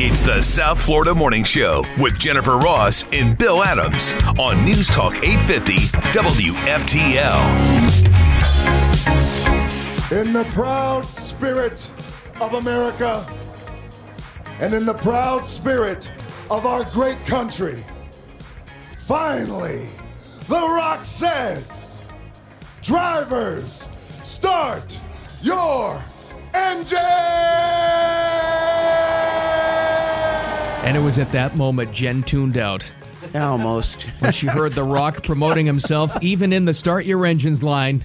It's the South Florida Morning Show with Jennifer Ross and Bill Adams on News Talk 850 WFTL. In the proud spirit of America and in the proud spirit of our great country, finally, The Rock says, Drivers, start your engine! And it was at that moment Jen tuned out Almost. when she heard The Rock promoting himself, even in the Start Your Engines line.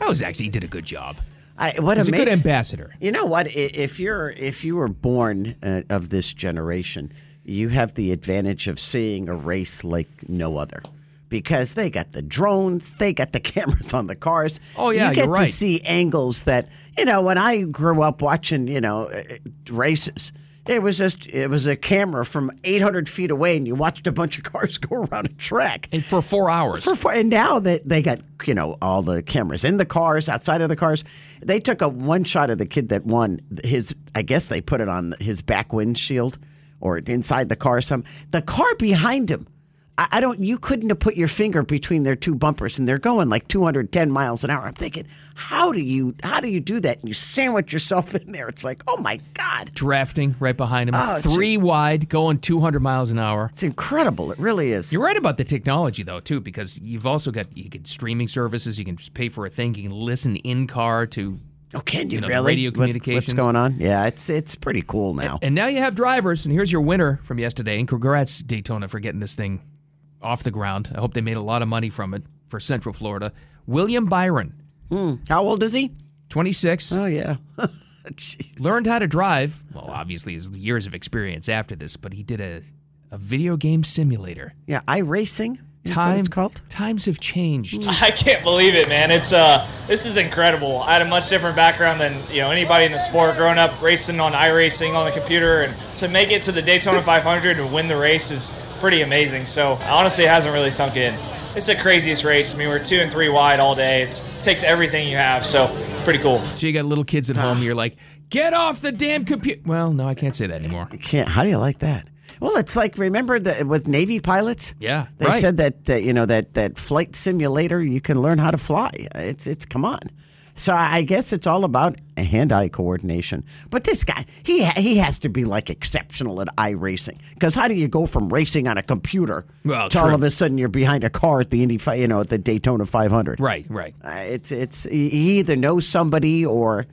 That was actually, he did a good job. I, what He's a good amazing- ambassador. You know what? I- If you're if you were born uh, of this generation, you have the advantage of seeing a race like no other, because they got the drones, they got the cameras on the cars. Oh, yeah, you get you're right. to see angles that you know. When I grew up watching, you know, uh, races. It was just it was a camera from 800 feet away, and you watched a bunch of cars go around a track. And for four hours. For, for, and now that they got you know all the cameras in the cars, outside of the cars, they took a one shot of the kid that won. His I guess they put it on his back windshield or inside the car. Some the car behind him. I, I don't. You couldn't have put your finger between their two bumpers, and they're going like 210 miles an hour. I'm thinking, how do you how do you do that? And you sandwich yourself in there. It's like, oh my god, drafting right behind him, Oh, three wide, going 200 miles an hour. it's incredible. It really is. You're right about the technology though too, because you've also got you get streaming services. You can just pay for a thing. You can listen in car to, oh, can you, you know, the really? radio What- communications. what's going on? Yeah, it's it's pretty cool now. and now you have drivers. And here's your winner from yesterday. And congrats Daytona for getting this thing off the ground. I hope they made a lot of money from it for Central Florida. William Byron, How old is he? 26, Oh yeah. Jeez. learned how to drive. Well, obviously his years of experience after this, but he did a a video game simulator. Yeah, iRacing. Is what Time it's called. Mm. times have changed. I can't believe it, man. It's uh, this is incredible. I had a much different background than you know anybody in the sport. Growing up racing on iRacing on the computer, and to make it to the Daytona 500 and win the race is pretty amazing. So honestly, it hasn't really sunk in. It's the craziest race. I mean, we're two and three wide all day. It's, it takes everything you have. So it's pretty cool. So you got little kids at home. You're like, get off the damn computer. Well, no, I can't say that anymore. Can't. How do you like that? Well, it's like remember the with Navy pilots. Yeah, they right. said that uh, you know that that flight simulator you can learn how to fly. It's it's come on. So I I guess it's all about hand-eye coordination. But this guy, he ha- he has to be like exceptional at iRacing because how do you go from racing on a computer Well, to true. all of a sudden you're behind a car at the Indy, fi- you know, at the Daytona 500? Right, right. Uh, it's it's he he either knows somebody or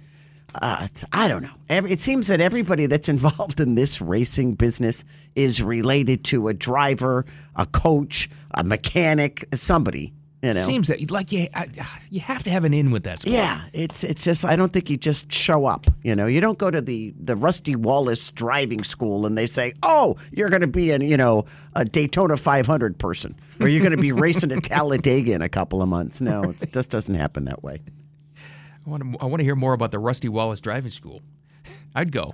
uh, it's, I don't know. Every, it seems that everybody that's involved in this racing business is related to a driver, a coach, a mechanic, somebody. You know. Seems that like you, I, you have to have an in with that. Sport. yeah, it's it's just I don't think you just show up. You know, you don't go to the the Rusty Wallace driving school and they say, "Oh, you're going to be an you know a Daytona 500 person, or you're going to be racing at Talladega in a couple of months." No, it just doesn't happen that way. I want to. I want to hear more about the Rusty Wallace Driving School. I'd go.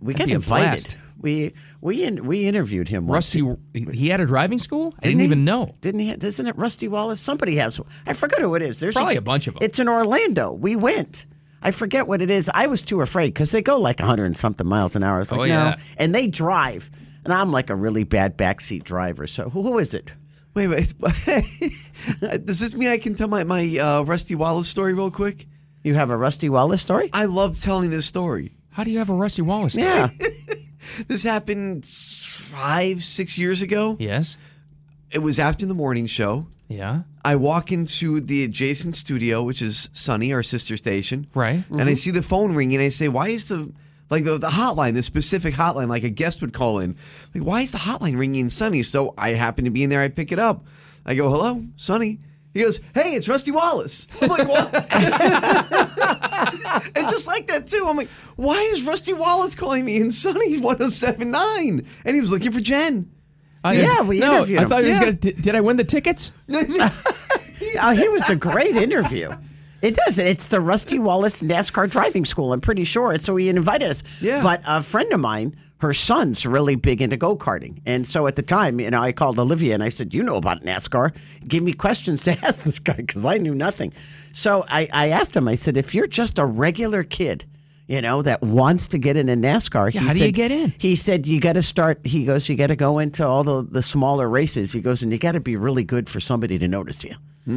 We That'd got be a invited. blast. We we in, we interviewed him. once. Rusty, he had a driving school. I didn't he? even know. Didn't he? Isn't it Rusty Wallace? Somebody has. one. I forget who it is. There's Probably a bunch of 'em. It's in Orlando. We went. I forget what it is. I was too afraid because they go like 100 and something miles an hour. I was like, Oh, yeah. no. And they drive, and I'm like a really bad backseat driver. So who, who is it? Wait, wait. Does this mean I can tell my, my uh, Rusty Wallace story real quick? You have a Rusty Wallace story? I love telling this story. How do you have a Rusty Wallace? School? yeah. This happened five, six years ago. Yes. It was after the morning show. Yeah. I walk into the adjacent studio, which is Sunny, our sister station. Right. And I see the phone ringing. and I say, why is the, like the, the hotline, the specific hotline, like a guest would call in. Like, why is the hotline ringing in Sunny? So I happen to be in there. I pick it up. I go, hello, Sunny. He goes, hey, it's Rusty Wallace. I'm like, what? and just like that, too. I'm like, why is Rusty Wallace calling me in Sunny 1079? And he was looking for Jen. I, Yeah, we no, interviewed I him. thought he was Yeah. gonna. Did, did I win the tickets? Oh, he was a great interview. It does. It's the Rusty Wallace NASCAR Driving School. I'm pretty sure. And so he invited us. Yeah. But a friend of mine, her son's really big into go karting, and so at the time, you know, I called Olivia and I said, "You know about NASCAR? Give me questions to ask this guy because I knew nothing." So I, I asked him. I said, "If you're just a regular kid." you know, that wants to get into NASCAR. Yeah, he how do said, you get in? He said, you got to start. He goes, you got to go into all the, the smaller races. He goes, and you got to be really good for somebody to notice you.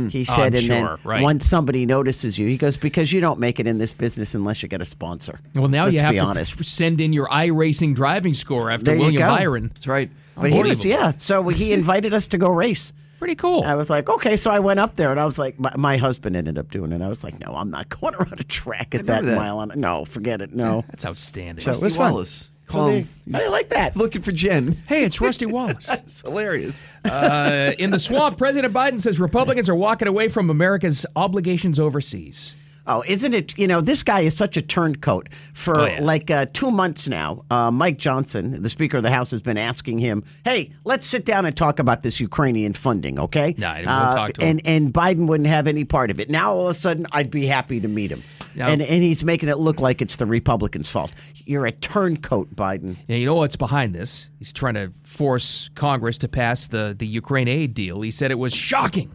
He Oh, said, I'm and sure, then right. once somebody notices you, he goes, because you don't make it in this business unless you get a sponsor. Well, now Let's you have be to honest. send in your iRacing driving score after There you William go. Byron. That's right. But he was, Unbelievable. yeah. So he invited us to go race. Pretty cool. I was like, okay. So I went up there, and I was like, my, my husband ended up doing it. I was like, no, I'm not going around a track at that, remember that. mile. On, no, forget it. No. That's outstanding. So- It was Steve fun. So Wallace. Call they- him. I didn't like that. Looking for Jen. hey, it's Rusty Wallace. It's hilarious. Uh, in the swamp, President Biden says Republicans are walking away from America's obligations overseas. Oh, isn't it? You know, this guy is such a turncoat. For Oh, yeah. like uh, two months now, uh, Mike Johnson, the Speaker of the House, has been asking him, "Hey, let's sit down and talk about this Ukrainian funding, okay?" No, he won't Uh, talk to him. and and Biden wouldn't have any part of it. Now all of a sudden, I'd be happy to meet him, No. and and he's making it look like it's the Republicans' fault. You're a turncoat, Biden. Now, you know what's behind this? He's trying to force Congress to pass the, the Ukraine aid deal. He said it was shocking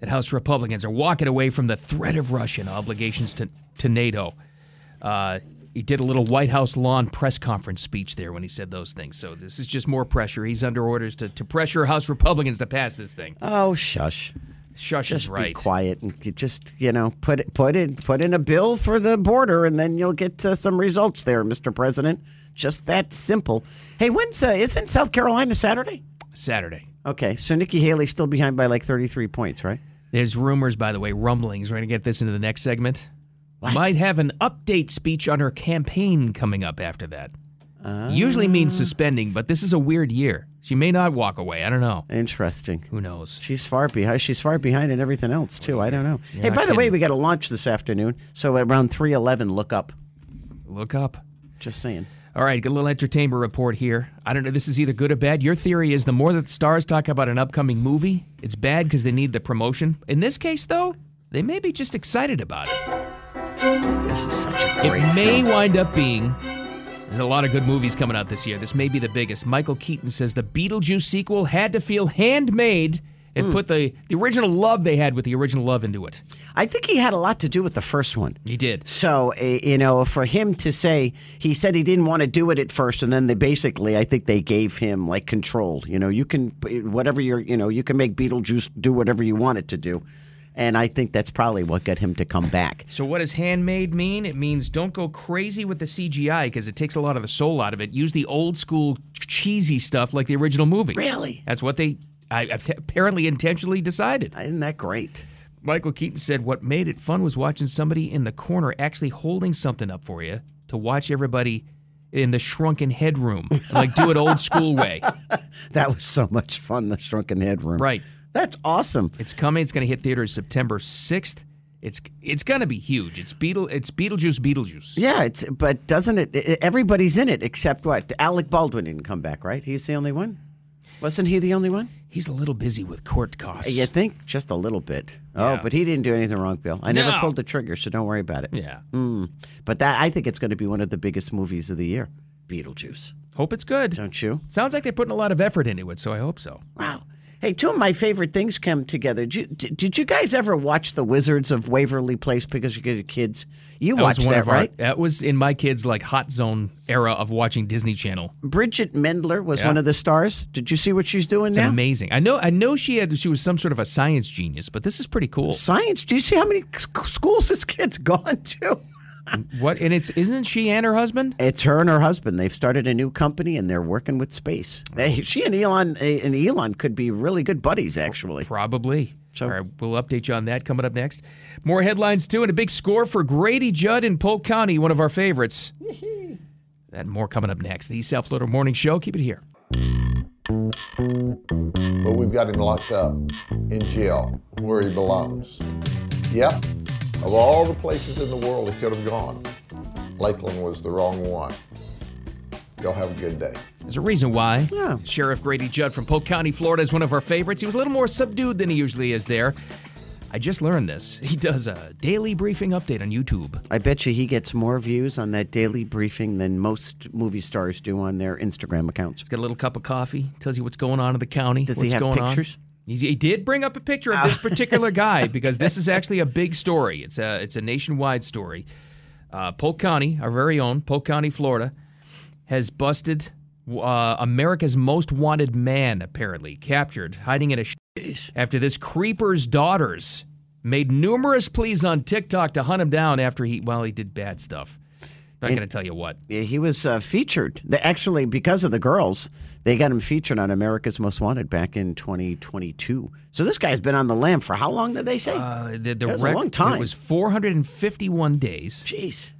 that House Republicans are walking away from the threat of Russian obligations to, to NATO. Uh, he did a little White House lawn press conference speech there when he said those things. So this is just more pressure. He's under orders to, to pressure House Republicans to pass this thing. Oh, shush. Shush Just is right. be quiet and you just you know put it put it put in a bill for the border and then you'll get uh, some results there, Mr. President. Just that simple. Hey, when's uh, isn't South Carolina Saturday? Saturday. Okay, so Nikki Haley's still behind by like thirty three points, right? There's rumors, by the way, rumblings. We're going to get this into the next segment. Might have an update speech on her campaign coming up after that. Usually means suspending, but this is a weird year. She may not walk away. I don't know. Interesting. Who knows? She's far behind. She's far behind in everything else too. I don't know. hey, not by the way, kidding. we got a launch this afternoon, so at around three eleven, look up. Look up. Just saying. All right, got a little entertainment report here. I don't know. This is either good or bad. Your theory is the more that the stars talk about an upcoming movie, it's bad because they need the promotion. In this case, though, they may be just excited about it. This is such a It great. may film. wind up being. There's a lot of good movies coming out this year. This may be the biggest. Michael Keaton says the Beetlejuice sequel had to feel handmade and put the, the original love they had with the original love into it. I think he had a lot to do with the first one. He did. So, uh, you know, for him to say, he said he didn't want to do it at first. And then they basically, I think they gave him like control. You know, you can, whatever you're, you know, you can make Beetlejuice do whatever you want it to do. And I think that's probably what got him to come back. So, what does handmade mean? It means don't go crazy with the CGI because it takes a lot of the soul out of it. Use the old school cheesy stuff like the original movie. Really? That's what they I, I've apparently intentionally decided. Isn't that great? Michael Keaton said what made it fun was watching somebody in the corner actually holding something up for you to watch everybody in the shrunken headroom, like do it old school way. That was so much fun, the Shrunken Head Room. Right. That's awesome. It's coming. It's going to hit theaters September 6th. It's it's going to be huge. It's Beetle it's Beetlejuice Beetlejuice. Yeah, it's but doesn't it? i- Everybody's in it except what? Alec Baldwin didn't come back, right? He's the only one. Wasn't he the only one? He's a little busy with court costs. You think just a little bit. Oh, Yeah. but he didn't do anything wrong, Bill. I never No. pulled the trigger, so don't worry about it. Yeah. But that I think it's going to be one of the biggest movies of the year, Beetlejuice. Hope it's good. Don't you? Sounds like they're putting a lot of effort into it, so I hope so. Wow. Hey, two of my favorite things come together. Did you, did did you guys ever watch The Wizards of Waverly Place because you get your kids? You That was watched one that, of our right? that was in my kids like hot zone era of watching Disney Channel. Bridget Mendler was Yeah. one of the stars. Did you see what she's doing It's now? amazing. I know. I know she had. She was some sort of a science genius, but this is pretty cool. Science. Do you see how many sc- schools this kid's gone to? What? And it's isn't she and her husband? It's her and her husband. They've started a new company and they're working with space. They, she and Elon eh, and Elon could be really good buddies, actually. Probably. So- All right, we'll update you on that coming up next. More headlines too, and a big score for Grady Judd in Polk County, one of our favorites. that and more coming up next. The East South Florida Morning Show. Keep it here. but we've got him locked up in jail where he belongs. Yep, of all the places in the world he could have gone, Lakeland was the wrong one. Y'all have a good day. There's a reason why. Yeah. Sheriff Grady Judd from Polk County, Florida, is one of our favorites. He was a little more subdued than he usually is there. I just learned this. He does a daily briefing update on YouTube. I bet you he gets more views on that daily briefing than most movie stars do on their Instagram accounts. He's got a little cup of coffee, tells you what's going on in the county. Does he what's have going pictures? Ah. On. He, he did bring up a picture of this particular guy because this is actually a big story. It's a it's a nationwide story. Uh, Polk County, our very own Polk County, Florida, has busted uh, America's most wanted man, apparently, captured hiding in a sh- after this creeper's daughters made numerous pleas on TikTok to hunt him down after he, well, he did bad stuff. Not going to tell you what. Yeah, he was uh, featured. They, actually, because of the girls, they got him featured on America's Most Wanted back in 2022. So this guy's been on the lam for how long did they say? Uh, the the That was a rec- long time. It was 451 days. Jeez.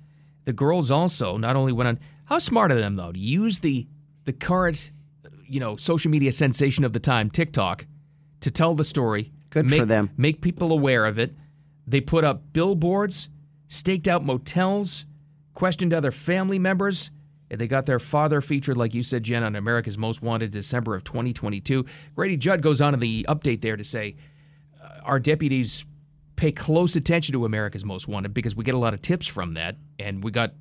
the girls also not only went on how smart of them though to use the the current you know social media sensation of the time tiktok to tell the story Good make, for them. make people aware of it they put up billboards staked out motels questioned other family members and they got their father featured like you said jen on america's most wanted december of 2022 grady judd goes on in the update there to say our deputies pay close attention to America's Most Wanted because we get a lot of tips from that, and we got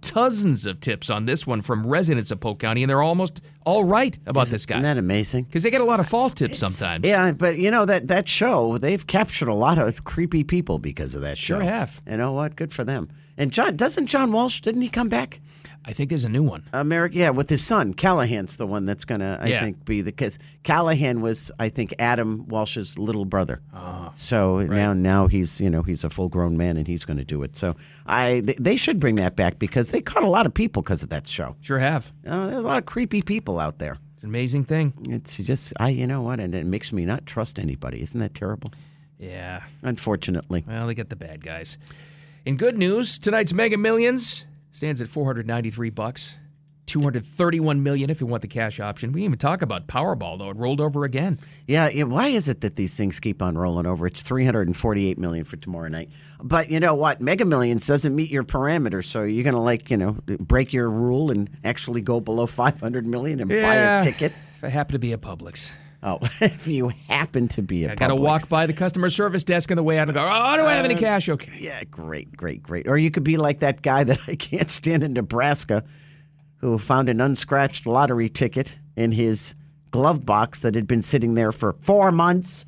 dozens of tips on this one from residents of Polk County, and they're almost all right about this Isn't guy that amazing? because they get a lot of false tips sometimes. Yeah, but you know that that show they've captured a lot of creepy people because of that show. Sure have. You know what? Good for them. And John doesn't John Walsh didn't he come back? I think there's a new one. America, yeah, with his son Callahan's the one that's gonna I Yeah. think be the because Callahan was I think Adam Walsh's little brother. Ah, so now now he's you know he's a full grown man and he's gonna do it. So I they, they should bring that back because they caught a lot of people because of that show. Sure have. Uh, there's a lot of creepy people out there. It's an amazing thing. It's just I you know what and it makes me not trust anybody. Isn't that terrible? Yeah. Unfortunately. Well, they get the bad guys. In good news, tonight's Mega Millions stands at 493 bucks. 231 million if you want the cash option. We didn't even talk about Powerball though. It rolled over again. Yeah, yeah, why is it that these things keep on rolling over? It's 348 million for tomorrow night. But you know what? Mega Millions doesn't meet your parameters, so you're going to like, you know, break your rule and actually go below 500 million and buy Yeah. a ticket. If I happen to be at Publix. Oh, if you happen to be a I got to Publix. walk by the customer service desk on the way out and go, oh, do I Uh, have any cash? Okay. Yeah, great, great, great. Or you could be like that guy that I can't stand in Nebraska who found an unscratched lottery ticket in his glove box that had been sitting there for four months.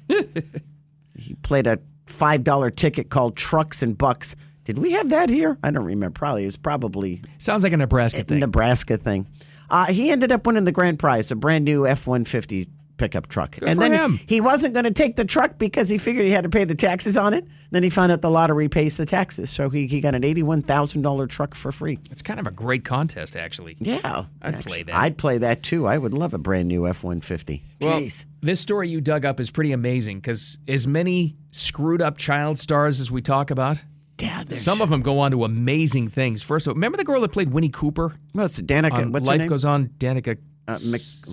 he played a $5 ticket called Trucks and Bucks. Did we have that here? I don't remember. Probably. It was probably Sounds like a Nebraska thing. Nebraska thing. Uh, he ended up winning the grand prize, a brand new F one fifty pickup truck. and for then him. he wasn't going to take the truck because he figured he had to pay the taxes on it. Then he found out the lottery pays the taxes, so he, he got an eighty one thousand dollar truck for free. it's kind of a great contest, actually. Yeah, I'd play that. I'd play that too. I would love a brand new F one fifty. Jeez. This story you dug up is pretty amazing because as many screwed up child stars as we talk about, Dad, there's- some of them go on to amazing things. First of all, remember the girl that played Winnie Cooper? what's it, Danica? on what's her Life name? Goes On, Danica Uh, Mc, uh,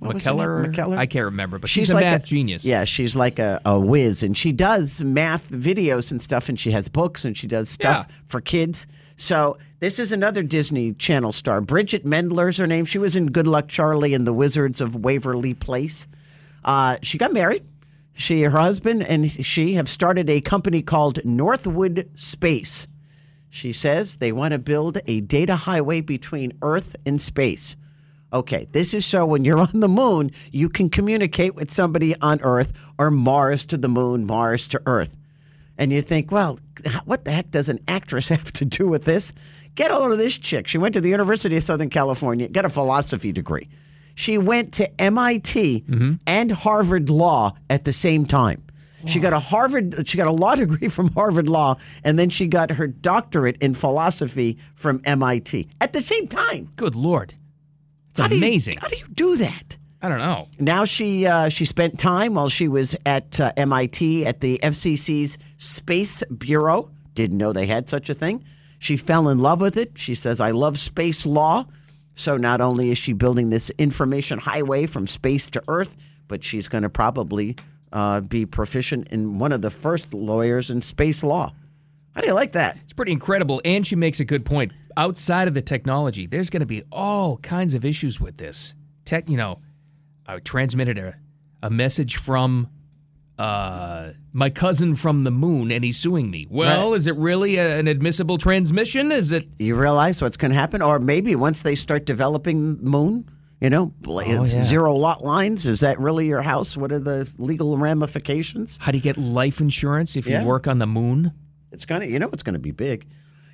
what was her McKellar? name? McKellar. I can't remember, but she's, a like math genius. Yeah, she's like a, a whiz, and she does math videos and stuff, and she has books and she does stuff Yeah. for kids. So this is another Disney Channel star, Bridget Mendler's her name. She was in Good Luck Charlie and the Wizards of Waverly Place. Uh, she got married. She, her husband, and she have started a company called Northwood Space. She says they want to build a data highway between Earth and space. Okay, this is so when you're on the moon, you can communicate with somebody on Earth or Mars to the moon, Mars to Earth. And you think, well, h- what the heck does an actress have to do with this? Get a load of this chick. She went to the University of Southern California, got a philosophy degree. She went to MIT and Harvard Law at the same time. She got a Harvard, she got a law degree from Harvard Law, and then she got her doctorate in philosophy from MIT at the same time. Good Lord. It's How do you- amazing. how do you do that? I don't know. Now she uh, she spent time while she was at uh, MIT at the FCC's Space Bureau. Didn't know they had such a thing. She fell in love with it. She says, "I love space law." So not only is she building this information highway from space to Earth, but she's going to probably uh, be proficient in one of the first lawyers in space law. How do you like that? It's pretty incredible, and she makes a good point. Outside of the technology, there's going to be all kinds of issues with this. Tech, you know, I transmitted a, a message from uh, my cousin from the moon, and he's suing me. Well, is it really a, an admissible transmission? Is it? you realize what's going to happen or maybe once they start developing moon you know bla- Oh, yeah. zero lot lines is that really your house what are the legal ramifications How do you get life insurance if Yeah. you work on the moon? it's going to you know it's going to be big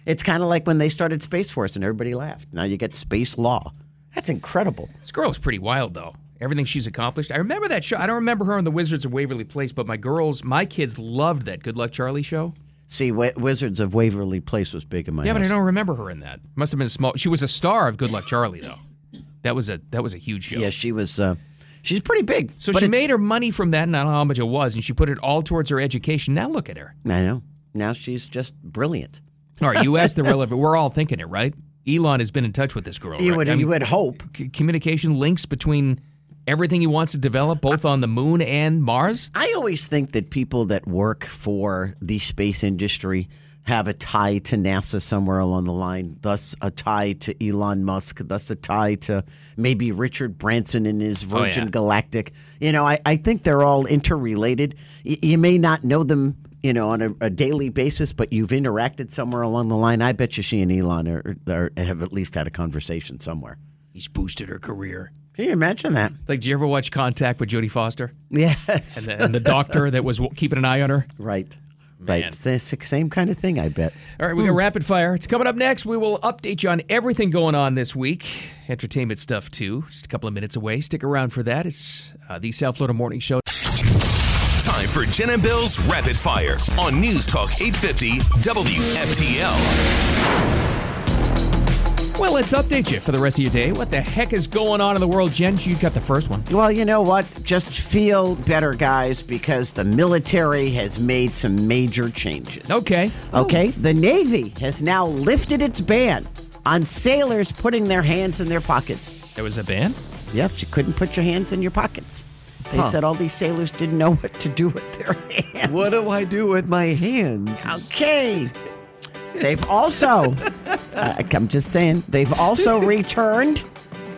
It's kind of like when they started Space Force and everybody laughed. Now you get space law. That's incredible. This girl's pretty wild, though. Everything she's accomplished. I remember that show. I don't remember her on The Wizards of Waverly Place, but my girls, my kids loved that Good Luck Charlie show. See, Wi- Wizards of Waverly Place was big in my Yeah, but I house. don't remember her in that. Must have been small. She was a star of Good Luck Charlie, though. That was a that was a huge show. Yeah, she was. Uh, she's pretty big. So but she it's- made her money from that, and I don't know how much it was, and she put it all towards her education. Now look at her. I know. Now she's just brilliant. All right, you asked the relevant. We're all thinking it, right? Elon has been in touch with this girl. You right? would. I mean, you would hope. c- communication links between everything he wants to develop, both on the moon and Mars. I always think that people that work for the space industry have a tie to NASA somewhere along the line, thus a tie to Elon Musk, thus a tie to maybe Richard Branson and his Virgin Oh, yeah. Galactic. You know, I, I think they're all interrelated. Y- you may not know them, you know, on a, a daily basis, but you've interacted somewhere along the line. I bet you she and Elon are, are, have at least had a conversation somewhere. He's boosted her career. Can you imagine that? Like, do you ever watch Contact with Jodie Foster Yes. and the, and the doctor that was w- keeping an eye on her? Right. Right. It's the s- same kind of thing, I bet. All right, we Hmm. got rapid fire. It's coming up next. We will update you on everything going on this week, entertainment stuff too. Just a couple of minutes away. Stick around for that. It's uh, the South Florida Morning Show. Time for Jen and Bill's Rapid Fire on News Talk 850 WFTL. Well, let's update you for the rest of your day. What the heck is going on in the world, Jen? You got the first one. Well, you know what? Just feel better, guys, because the military has made some major changes. Okay. Okay. The Navy has now lifted its ban on sailors putting their hands in their pockets. There was a ban. Yep, you couldn't put your hands in your pockets. They said all these sailors didn't know what to do with their hands. What do I do with my hands? Okay. They've also, I- I'm just saying, they've also returned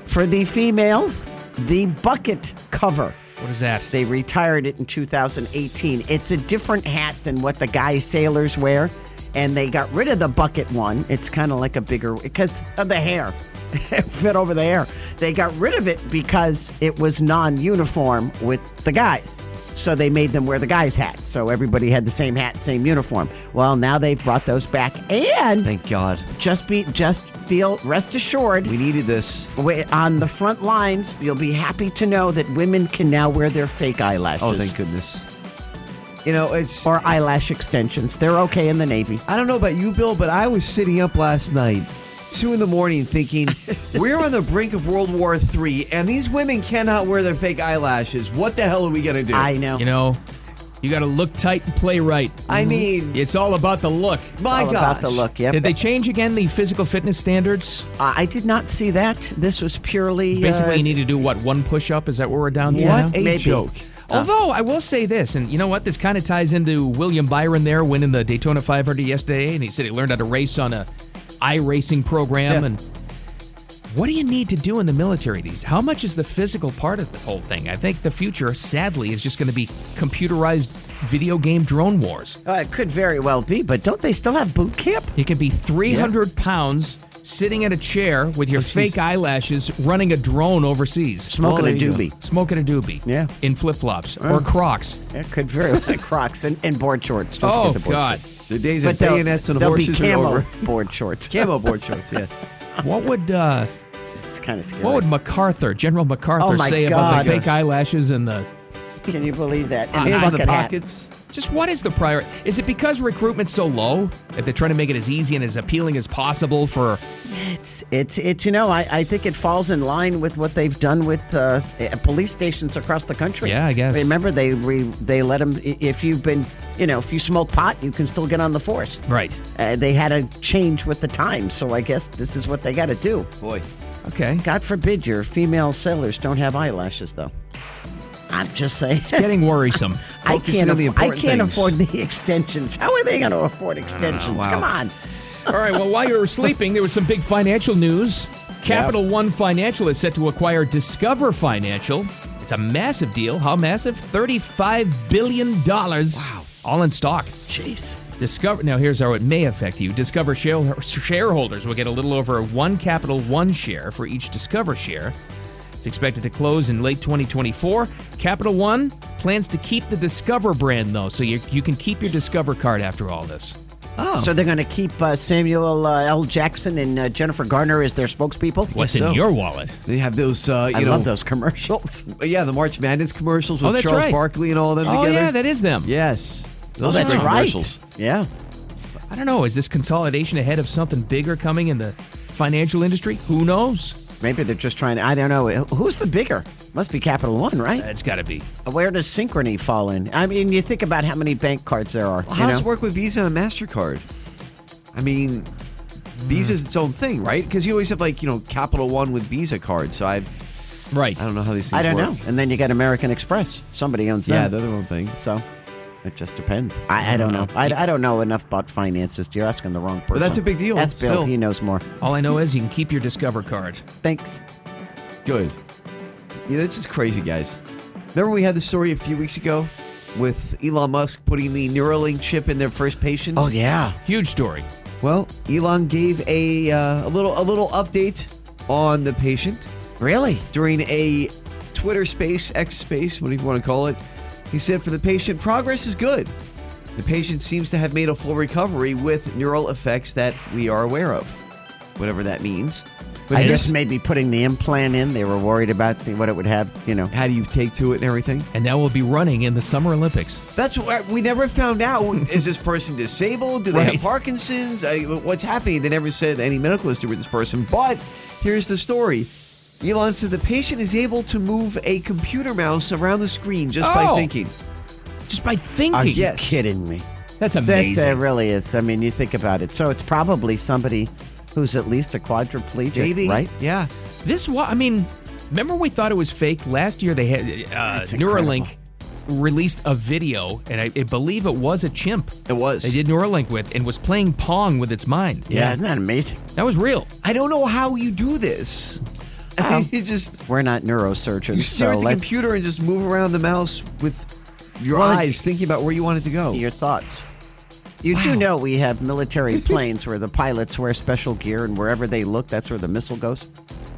for the females the bucket cover. What is that? They retired it in 2018. It's a different hat than what the guy sailors wear, and they got rid of the bucket one. It's kind of like a bigger because of the hair. It fit over the hair. They got rid of it because it was non-uniform with the guys. So they made them wear the guys' hats. So everybody had the same hat, same uniform. Well, now they've brought those back, and Thank God. just be just feel rest assured We needed this. Wa- on the front lines, you'll be happy to know that women can now wear their fake eyelashes Oh, thank goodness. You know, it's. or eyelash extensions. They're okay in the Navy. I don't know about you, Bill, but I was sitting up last night, two in the morning, thinking, we're on the brink of World War III, and these women cannot wear their fake eyelashes. What the hell are we going to do? I know. You know, you got to look tight and play right. I mean, It's all about the look. my All God. about the look. Yep. Did they change again the physical fitness standards? Uh, I did not see that. This was purely Basically, uh, you need to do what one push up? Is that what we're down to? What now? a Maybe. joke. Although I will say this, and you know what, this kind of ties into William Byron there winning the Daytona 500 yesterday, and he said he learned how to race on a iRacing program. Yeah. And what do you need to do in the military these? How much is the physical part of the whole thing? I think the future, sadly, is just going to be computerized video game drone wars. Uh, it could very well be, but don't they still have boot camp? You can be 300 pounds sitting in a chair with Oh, your fake eyelashes, running a drone overseas, Smoking Oh, a there you go. doobie. smoking a doobie, Yeah. in flip flops or Crocs. It could very well be Crocs and, and board shorts. Don't forget Oh the board God. shorts. The days But of they'll, bayonets and they'll horses be are camo over. board shorts. Camo board shorts, yes. What would uh, It's kind of scary. what would MacArthur, General MacArthur, Oh, my say about God. the fake eyelashes and the? Can you believe that? And Hands in the bucket hat. pockets. Just what is the priority? Is it because recruitment's so low that they're trying to make it as easy and as appealing as possible for? It's it's it's you know I, I think it falls in line with what they've done with uh, uh, police stations across the country. Yeah, I guess. Remember they re, they let them if you've been you know if you smoke pot you can still get on the force. Right. Uh, they had to change with the times, so I guess this is what they got to do. Boy. Okay. God forbid your female sailors don't have eyelashes though. I'm just saying. Getting worrisome. I focusing can't. on the afford- I important can't things. Ah, afford the extensions. How are they going to afford extensions? Wow. Come on. All right. Well, while you were sleeping, there was some big financial news. Capital One Financial is set to acquire Discover Financial. It's a massive deal. How massive? $35 billion. Wow. All in stock. Jeez. Discover now. Here's how it may affect you. Discover share- shareholders will get a little over one Capital One share for each Discover share. It's expected to close in late 2024. Capital One plans to keep the Discover brand though, so you you can keep your Discover card after all this. Oh. So they're going to keep uh, Samuel uh, L. Jackson and uh, Jennifer Garner as their spokespeople. What's Guess so. in your wallet? They have those, uh, you I know, love those commercials. Yeah, the March Madness commercials with oh, that's Charles right. Barkley and all of them Oh, together. yeah, that is them. yes, those Oh, are that's great right. commercials. Yeah. I don't know. Is this consolidation ahead of something bigger coming in the financial industry? Who knows? Maybe they're just trying to, I don't know. Who's the bigger? Must be Capital One, right? That's got to be. Where does Synchrony fall in? I mean, you think about how many bank cards there are. Well, you how does know? it work with Visa and Mastercard? I mean, Visa's its own thing, right? Because you always have like you know Capital One with Visa cards. So I, Right. I don't know how these things. I don't work. know. And then you got American Express. Somebody owns Yeah, that. they're their own thing. So it just depends. I, I don't know. I, I don't know enough about finances. You're asking the wrong person. that's a big deal, That's Bill. still. He knows more. All I know is you can keep your Discover card. Thanks. Good. You know, this is crazy, guys. Remember we had the story a few weeks ago with Elon Musk putting the Neuralink chip in their first patient. Oh, yeah. Huge story. Well, Elon gave a uh, a little a little update on the patient. Really? during a Twitter space, X space, whatever you want to call it. He said, for the patient, progress is good. The patient seems to have made a full recovery with neural effects that we are aware of, whatever that means. But I it guess is- maybe putting the implant in, they were worried about the, what it would have, you know. how do you take to it and everything? And now we'll be running in the Summer Olympics. That's what we never found out. is this person disabled? Do they Right. have Parkinson's? I, what's happening? They never said any medical history with this person. But here's the story. Elon said the patient is able to move a computer mouse around the screen just by Oh. thinking. Just by thinking. Are you yes. kidding me? That's That, amazing. that really is. I mean, you think about it. So it's probably somebody who's at least a quadriplegic, Maybe. right? Yeah. This wa- I mean, remember we thought it was fake last year. They had uh, incredible. Neuralink released a video, and I, I believe it was a chimp. It was. They did Neuralink with and was playing pong with its mind. Yeah, isn't that amazing? That was real. I don't know how you do this. I Um, mean, you just We're not neurosurgeons, you so stare at the let's computer and just move around the mouse with your Well, eyes, thinking about where you want it to go. your thoughts. You do know we have military planes where the pilots wear special gear, and wherever they look, that's where the missile goes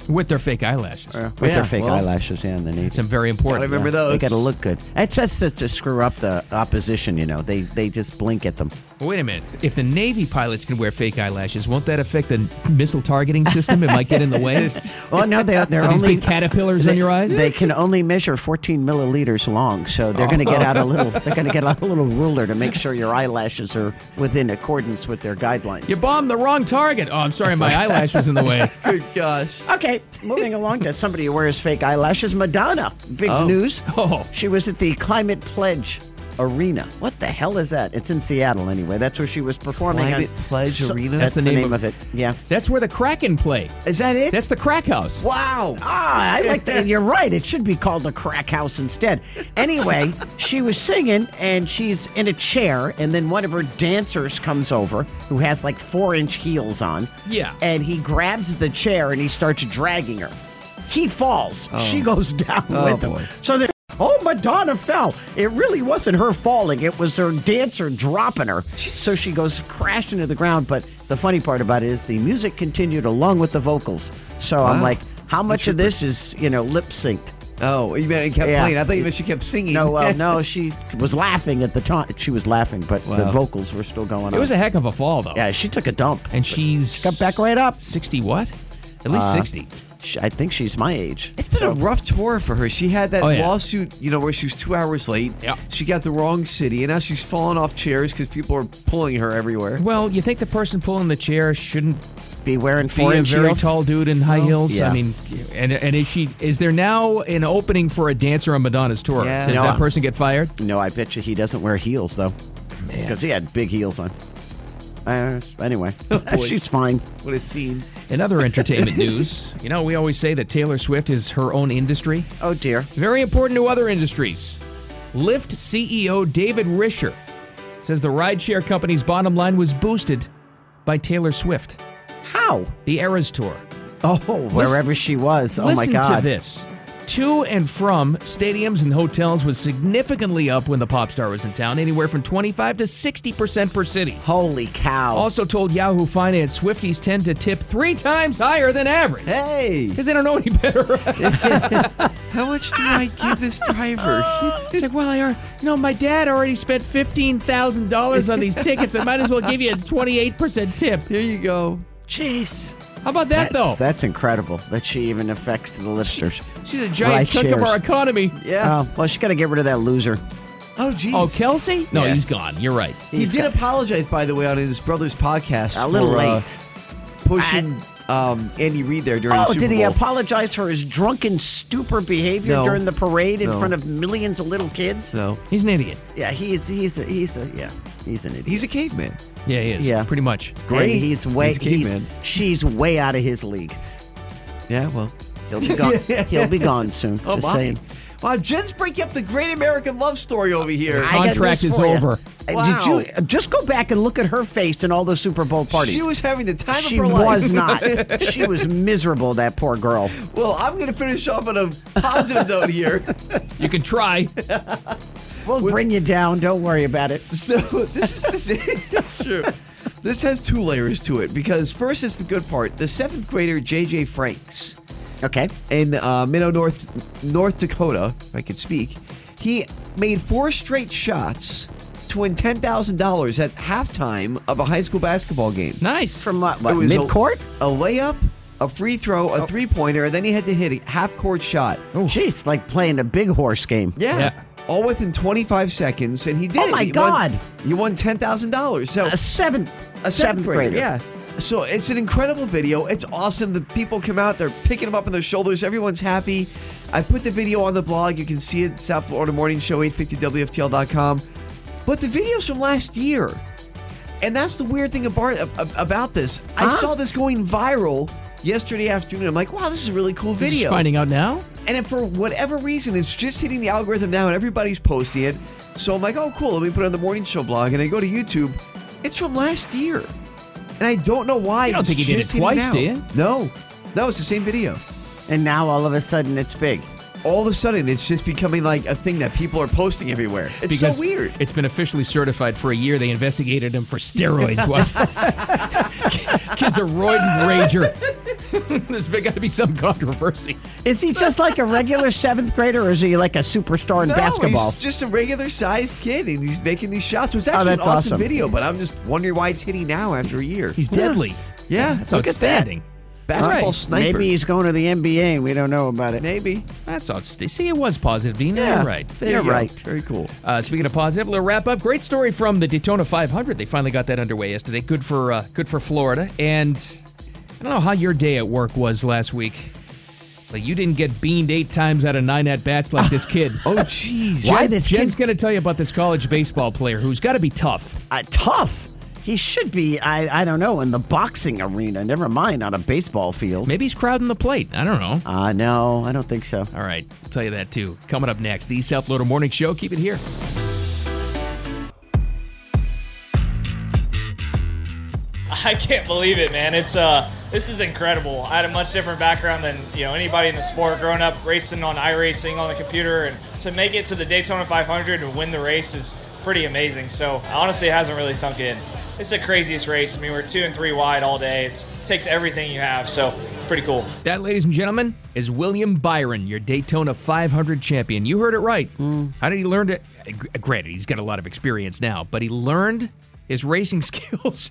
With their fake eyelashes. with their fake Oh, well- eyelashes yeah, and the It's very important. Gotta remember those. They got to look good. That's that's just to screw up the opposition. You know, they they just blink at them. Wait a minute. If the Navy pilots can wear fake eyelashes, won't that affect the missile targeting system? It might get in the way. Oh no, they, they're These only big caterpillars they, on your eyes? They can only measure 14 milliliters long, so they're going to get out a little. They're going to get out a little ruler to make sure your eyelashes are within accordance with their guidelines. You bombed the wrong target. Oh, I'm sorry, my eyelash was in the way. Good gosh. Okay, moving along to somebody who wears fake eyelashes, Madonna. Big news. Oh. She was at the Climate Pledge Arena. What the hell is that? It's in Seattle anyway. That's where she was performing. on- Climate Pledge Arena? That's, the, name, of, it. Yeah. That's where the Kraken play. Is that it? That's the crack house. wow. Ah, I like that. You're right. It should be called the crack house instead. Anyway, she was singing and she's in a chair, and then one of her dancers comes over who has like four inch heels on. Yeah. And he grabs the chair and he starts dragging her. He falls. She goes down with Oh. boy. him. So then, oh, Madonna fell. It really wasn't her falling, it was her dancer dropping her. So she goes crashing to the ground. But the funny part about it is the music continued along with the vocals. So I'm Wow. like, how much of this is, you know, lip synced? Oh, you meant it kept Yeah. playing. I thought you meant she kept singing. No, well, no, she was laughing at the time. She was laughing, but the Wow. vocals were still going on. It was a heck of a fall, though. yeah, she took a dump. And she's Got back right up. 60 what? At Uh, least 60. She, I think she's my age. It's been a rough tour for her. She had that Oh, yeah. lawsuit, you know, where she was two hours late. Yeah. She got the wrong city, and now she's falling off chairs because people are pulling her everywhere. Well, you think the person pulling the chair shouldn't Be wearing be four a inch very heels? tall dude in high heels? yeah. I mean, and and is she is there now an opening for a dancer on Madonna's tour? Yeah. Does No. that person get fired? No, I bet you he doesn't wear heels though, because he had big heels on. Uh, anyway, Oh, boy. she's fine. What a scene. In other entertainment news, you know, we always say that Taylor Swift is her own industry. Oh dear. Very important to other industries. Lyft CEO David Risher says the rideshare company's bottom line was boosted by Taylor Swift, How? the Eras Tour. Oh, wherever she was. Oh my Listen God. to this. to and from stadiums and hotels was significantly up when the pop star was in town, anywhere from 25 to 60% per city. Holy cow. Also told Yahoo Finance Swifties tend to tip three times higher than average. Hey, Because they don't know any better. how much do I give this driver? It's like, well, I already, no, my dad already spent fifteen thousand dollars on these tickets. I might as well give you a twenty-eight percent tip. Here you go. Jeez. How about that, That's, though? that's incredible that she even affects the listeners. She's a giant Right chunk of shares. our economy. Yeah. Oh, well, she's got to get rid of that loser. Oh, geez. Oh, Kelsey? No, Yeah. he's gone. You're right. He did apologize, by the way, on his brother's podcast. A little for, uh, late. pushing um, Andy Reid there during the Oh, Super did he Bowl. apologize for his drunken stupor behavior No. during the parade in No. front of millions of little kids? no, He's an idiot. Yeah, he's he's a, he's a, yeah, he's an idiot. he's a caveman. Yeah, he is. Yeah. pretty much. It's And great. he's way He's a he's, caveman. she's way out of his league. Yeah, well, He'll be gone. He'll be gone soon. oh Just my. saying. Wow, Jen's breaking up the great American love story over here. I got Contract news is for ya. over. Uh, Did you uh, just go back and look at her face in all those Super Bowl parties? She was having the time She of her life. was not. She was miserable. That poor girl. Well, I'm going to finish off on a positive note here. You can try. We'll bring you down. Don't worry about it. So this is this is that's true. This has two layers to it because first it's the good part. The seventh grader JJ Franks Okay. in uh, Minnow North North Dakota, if I could speak, he made four straight shots to win ten thousand dollars at halftime of a high school basketball game. nice. From what? what It was a- Mid court? a, layup, a free throw, Oh. a three pointer, and then he had to hit a half court shot. Jeez, like playing a big horse game. Oh. Yeah. Yeah. All within 25 seconds, and he did Oh it. my He won- God. He won $10,000. So A seventh, a seventh grader. Yeah. So it's an incredible video. It's awesome. The people come out, they're picking him up on their shoulders. Everyone's happy. I put the video on the blog. You can see it, South Florida Morning Show, 850WFTL.com. But the video's from last year. And that's the weird thing about, ab- about this. I Huh? saw this going viral yesterday afternoon. I'm like, wow, this is a really cool video. Just finding out now. And if for whatever reason, it's just hitting the algorithm now and everybody's posting it. So I'm like, oh, cool. Let me put it on the morning show blog. And I go to YouTube. It's from last year. And I don't know why. You don't it's think he did just it twice, hitting do now. No. No, it's the same video. And now all of a sudden it's big. All of a sudden, it's just becoming like a thing that people are posting everywhere. It's Because so weird. It's been officially certified for a year. They investigated him for steroids. What? Kid's a roid rager. There's got to be some controversy. Is he just like a regular seventh grader or is he like a superstar in No, basketball? He's just a regular sized kid and he's making these shots. Oh, So it's actually an that's awesome, awesome. video, but I'm just wondering why it's hitting now after a year. He's deadly. yeah, That's look at that. outstanding. Basketball Right. sniper. Maybe he's going to the NBA and we don't know about it. Maybe. That's outstanding. See, it was positive, Dina. Yeah. You're right. There You're you go. right. Very cool. Uh, speaking of positive, little wrap up. Great story from the Daytona 500. They finally got that underway yesterday. Good for uh, good for Florida. And I don't know how your day at work was last week. Like you didn't get beamed eight times out of nine at bats like this kid. Oh, jeez. Why this Jen's kid going to tell you about this college baseball player who's got to be tough. uh, tough? He should be, I, I don't know, in the boxing arena. Never mind on a baseball field. Maybe he's crowding the plate. I don't know. Uh, no, I don't think so. All right, I'll tell you that too. Coming up next, the South Florida Morning Show. Keep it here. I can't believe it, man. It's uh, this is incredible. I had a much different background than you know anybody in the sport. Growing up racing on iRacing on the computer, and to make it to the Daytona 500 and win the race is pretty amazing. So honestly, it hasn't really sunk in. It's the craziest race. I mean, we're two and three wide all day. It's, it takes everything you have. So it's pretty cool. That, ladies and gentlemen, is William Byron, your Daytona 500 champion. You heard it right. How did he learn to? gr- Granted, he's got a lot of experience now, but he learned his racing skills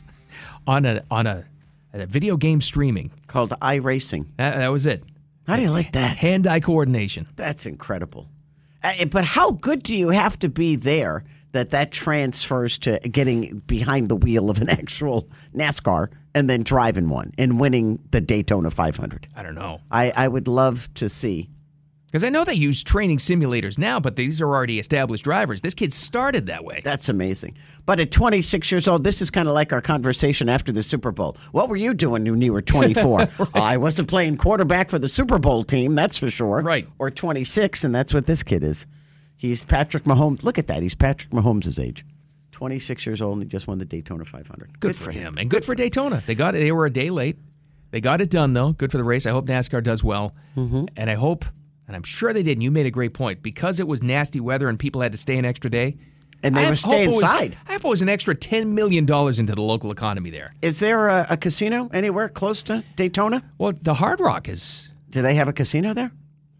on a on a, at a video game streaming. Called iRacing. That, that was it. How do you like that? Hand-eye coordination. That's incredible. Uh, But how good do you have to be there that that transfers to getting behind the wheel of an actual NASCAR and then driving one and winning the Daytona 500? I don't know. I, I would love to see. Because I know they use training simulators now, but these are already established drivers. This kid started that way. That's amazing. But at 26 years old, this is kind of like our conversation after the Super Bowl. What were you doing when you were 24? I wasn't playing quarterback for the Super Bowl team, that's for sure. Right. Or 26, and that's what this kid is. He's Patrick Mahomes. Look at that. He's Patrick Mahomes' age. 26 years old, and he just won the Daytona 500. Good, for him. And good, for Daytona. They got it. Mm-hmm. They were a day late. They got it done though. Good for the race. I hope NASCAR does well. And I hope and I'm sure they did. And you made a great point because it was nasty weather and people had to stay an extra day. And they I were hope staying it was- inside. I hope it was an extra ten million dollars into the local economy there. Is there a, a casino anywhere close to Daytona? Well, the Hard Rock is Do they have a casino there?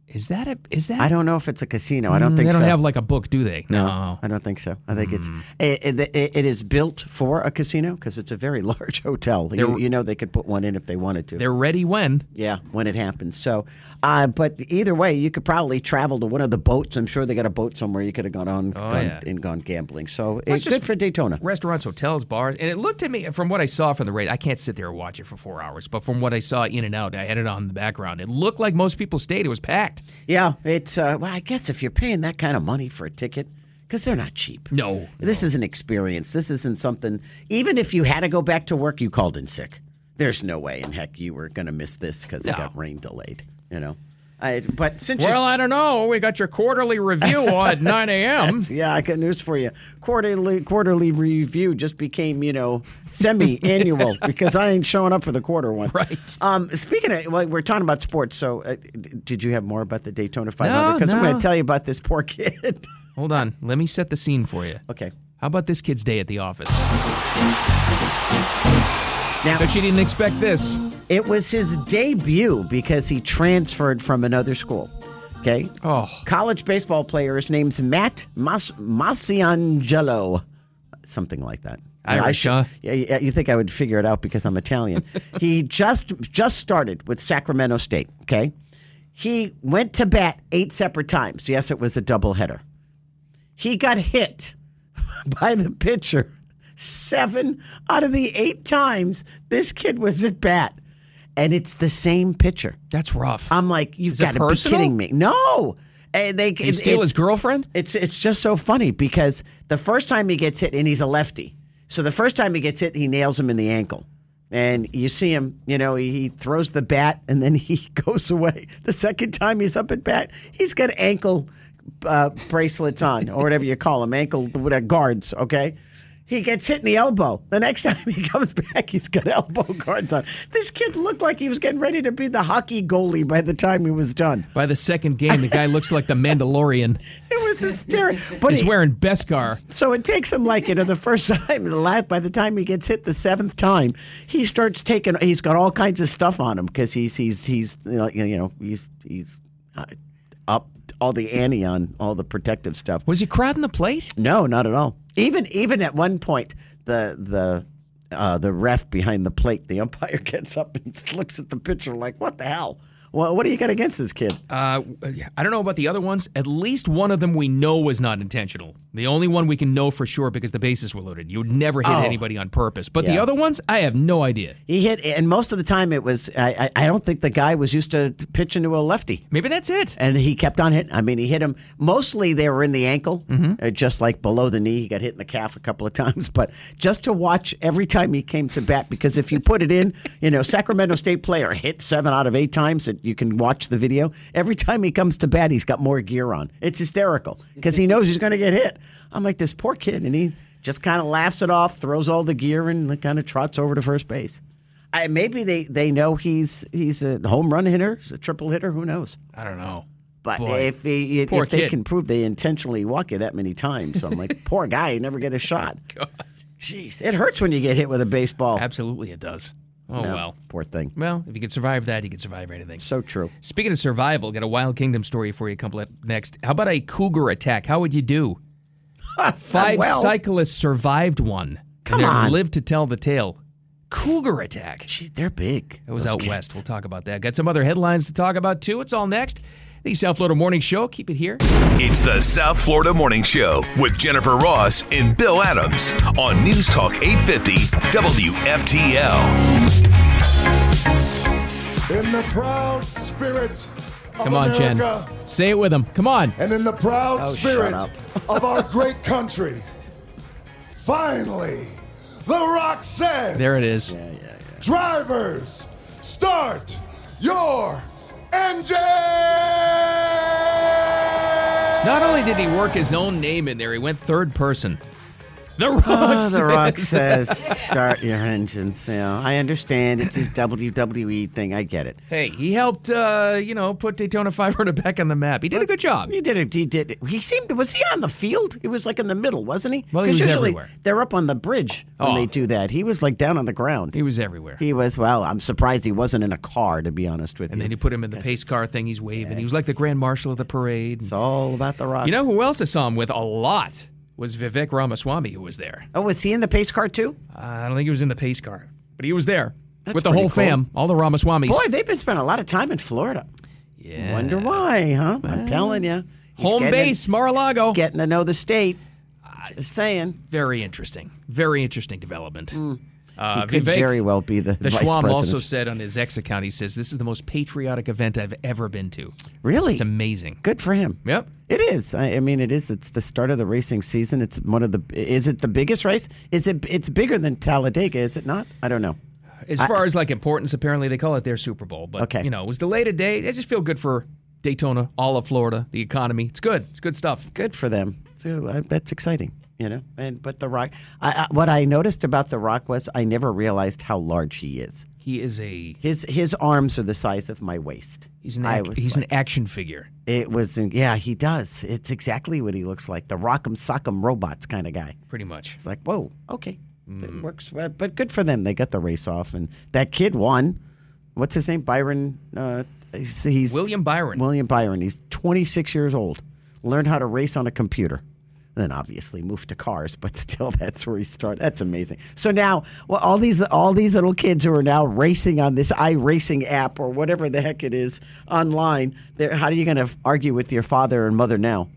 is that a is that I don't know if it's a casino. I don't Mm, they think don't so. have like a book, do they? No, Hmm. I don't think so. I think it's it, it, it is built for a casino because it's a very large hotel. You, you know they could put one in if they wanted to. They're ready when. Yeah, when it happens. So, uh, but either way, you could probably travel to one of the boats. I'm sure they got a boat somewhere. You could have gone on gone, yeah. and gone gambling. So That's Oh, it's good for Daytona. Restaurants, hotels, bars, and it looked to me from what I saw from the race. I can't sit there and watch it for four hours, but from what I saw in and out, I had it on in the background. It looked like most people stayed. It was packed. Yeah, it's uh, well. I guess if you're paying that kind of money for a ticket, because they're not cheap. No, This is an experience. This isn't something. Even if you had to go back to work, you called in sick. There's no way in heck you were going to miss this because it No. got rain delayed. You know, I, but since you- Well, I don't know. We got your quarterly review on at 9 a.m. yeah, I got news for you. Quarterly quarterly review just became you know semi annual because I ain't showing up for the quarter one. Right. Um, speaking of, well, we're talking about sports. So, uh, did you have more about the Daytona 500? No, Because I'm no. going to tell you about this poor kid. Hold on. Let me set the scene for you. okay. How about this kid's day at the office? Now- Bet you didn't expect this. It was his debut because he transferred from another school. Okay. Oh. College baseball player. His name's Matt Mas- Masiangelo. Something like that. Yeah, I Irish, should- huh? Yeah, yeah, you think I would figure it out because I'm Italian. he just just started with Sacramento State, okay? He went to bat eight separate times. Yes, it was a doubleheader. He got hit by the pitcher seven out of the eight times this kid was at bat. And it's the same pitcher. That's rough. I'm like, you've Is it got to be personal? kidding me. No. And they, Did he steal it's- his girlfriend? it's it's just so funny because the first time he gets hit and he's a lefty. So the first time he gets hit, he nails him in the ankle. And you see him, you know, he, he throws the bat and then he goes away. The second time he's up at bat, he's got ankle uh, bracelets on or whatever you call them, ankle whatever, guards, okay? He gets hit in the elbow. The next time he comes back, he's got elbow guards on. This kid looked like he was getting ready to be the hockey goalie by the time he was done. By the second game, the guy looks like the Mandalorian. It was hysterical. But He's he- wearing Beskar. So it takes him like you know the first time, the last. By the time he gets hit the seventh time, he starts taking. He's got all kinds of stuff on him because he's he's he's you know, you know he's he's uh, up all the ante on all the protective stuff. Was he crowding the plate? No, not at all. Even even at one point, the the uh, the ref behind the plate, the umpire gets up and looks at the pitcher like, "What the hell? Well, what do you got against this kid?" Uh, I don't know about the other ones. At least one of them we know was not intentional. The only one we can know for sure because the bases were loaded. You would never hit anybody on purpose. But the Oh. Yeah. other ones, I have no idea. He hit, and most of the time it was. I, I I don't think the guy was used to pitching to a lefty. Maybe that's it. and he kept on hitting. I mean, he hit him mostly they were in the ankle, uh, just like below the knee. He got hit in the calf a couple of times, but just to watch every time he came to bat because if you put it in, you know, Sacramento State player hit seven out of eight times. That you can watch the video. Every time he comes to bat, he's got more gear on. It's hysterical because he knows he's going to get hit. I'm like this poor kid, and he just kind of laughs it off, throws all the gear, and kind of trots over to first base. I, maybe they, they know he's he's a home run hitter, he's a triple hitter. Who knows? I don't know. But Boy. if they if, Poor if they kid. can prove they intentionally walk you that many times, I'm like, poor guy, you never get a shot. Jeez, it hurts when you get hit with a baseball. Absolutely, it does. Oh, No, well. poor thing. Well, if you can survive that, you can survive anything. So true. Speaking of survival, got a Wild Kingdom story for you coming up next. How about a cougar attack? How would you do? Five well. cyclists survived one. Come and on. lived to tell the tale. Cougar attack. Gee, they're big. Oh, It was those out kids. west. We'll talk about that. Got some other headlines to talk about too. It's all next. The South Florida Morning Show. Keep it here. It's the South Florida Morning Show with Jennifer Ross and Bill Adams on News Talk 850 WFTL. In the proud spirit of Come on, Chen. America Say it with them. Come on. and in the proud Oh, shut spirit up. of our great country, finally, The Rock says, There it is. Drivers, start your engine! Not only did he work his own name in there, he went third person. The Rock. Oh, said- The Rock says, start your engines. You know, I understand it's his WWE thing. I get it. Hey, he helped, uh, you know, put Daytona 500 back on the map. He did a good job. He did it. He did it. He seemed, was he on the field? He was like in the middle, wasn't he? Well, he 'Cause was usually everywhere. They're up on the bridge when Oh. they do that. He was like down on the ground. He was everywhere. He was, well, I'm surprised he wasn't in a car, to be honest with and you. then you put him in the pace car thing. He's waving. he was like the grand marshal of the parade. It's all about The Rock. You know who else I saw him with a lot was Vivek Ramaswamy, who was there. oh, was he in the pace car too? I don't think he was in the pace car, but he was there That's with the pretty whole cool. fam, all the Ramaswamis. Boy, they've been spending a lot of time in Florida. Yeah. Wonder why, huh? I'm telling you. Home base, Mar-a-Lago. Getting to know the state. Just saying. very interesting. Very interesting development. Mm. He Uh, could Vivek- very well be the, The vice Schwam president. also said on his ex account, he says, This is the most patriotic event I've ever been to. Really? It's amazing. Good for him. Yep. It is. I, I mean, it is. It's the start of the racing season. It's one of the. Is it the biggest race? Is it? It's bigger than Talladega, is it not? I don't know. As far as like importance, apparently they call it their Super Bowl. But, Okay. you know, it was delayed a day. I just feel good for Daytona, all of Florida, the economy. It's good. It's good stuff. Good for them. So uh, that's exciting, you know. And but the Rock. I, I, what I noticed about the Rock was I never realized how large he is. He is a His his arms are the size of my waist. he's an I ac- was he's like- an action figure. It was yeah. He does. It's exactly what he looks like. The Rock'em Sock'em Robots kind of guy. Pretty much. It's like, whoa, okay, Mm. it works. well, But good for them. They got the race off, and that kid won. What's his name? Byron. Uh, he's, he's William Byron. William Byron. He's 26 years old. Learned how to race on a computer. Then obviously moved to cars, but still, that's where he started. That's amazing. So now, well, all these all these little kids who are now racing on this iRacing app or whatever the heck it is online, they're- how are you going to argue with your father and mother now?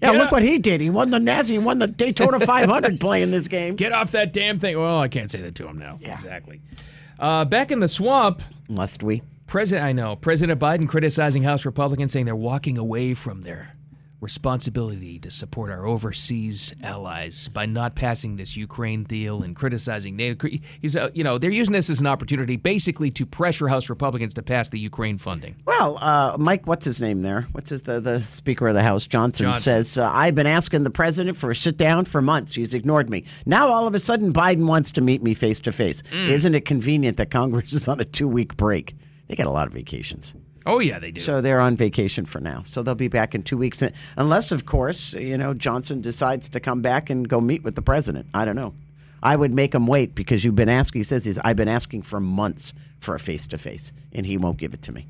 Yeah, Get look up. what he did. He won the NASCAR. He won the Daytona 500 playing this game. Get off that damn thing. Well, I can't say that to him now. Exactly. Uh, back in the swamp, Must we? President, I know. President Biden criticizing House Republicans, saying they're walking away from their responsibility to support our overseas allies by not passing this Ukraine deal and criticizing NATO. He's, uh, you know, they're using this as an opportunity, basically, to pressure House Republicans to pass the Ukraine funding. Well, uh, Mike, what's his name there? What's his, the, the Speaker of the House, Johnson, Johnson. says, uh, I've been asking the president for a sit down for months. He's ignored me. Now, all of a sudden, Biden wants to meet me face to face. Isn't it convenient that Congress is on a two week break? They got a lot of vacations. Oh yeah, they do. So they're on vacation for now. So they'll be back in two weeks. Unless, of course, you know, Johnson decides to come back and go meet with the president. I don't know. I would make him wait because you've been asking, he says, he's, I've been asking for months for a face to face, and he won't give it to me.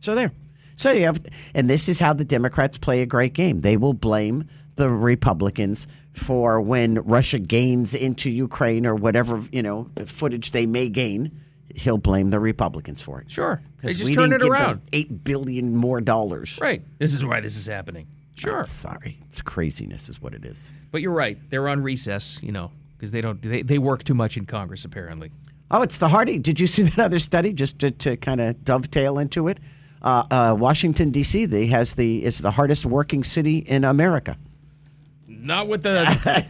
So there. So you have, and this is how the Democrats play a great game. They will blame the Republicans for when Russia gains into Ukraine or whatever, you know, footage they may gain. He'll blame the Republicans for it. Sure. They 'Cause just we turn didn't it give them around. Eight billion more dollars. right. This is why this is happening. Sure. Sorry, it's craziness, is what it is. But you're right. They're on recess. You know, because they don't. They, they work too much in Congress apparently. Oh, it's the Hardy. Did you see that other study? Just to, to kind of dovetail into it, uh, uh, Washington D.C. They has the is the hardest working city in America. Not with the.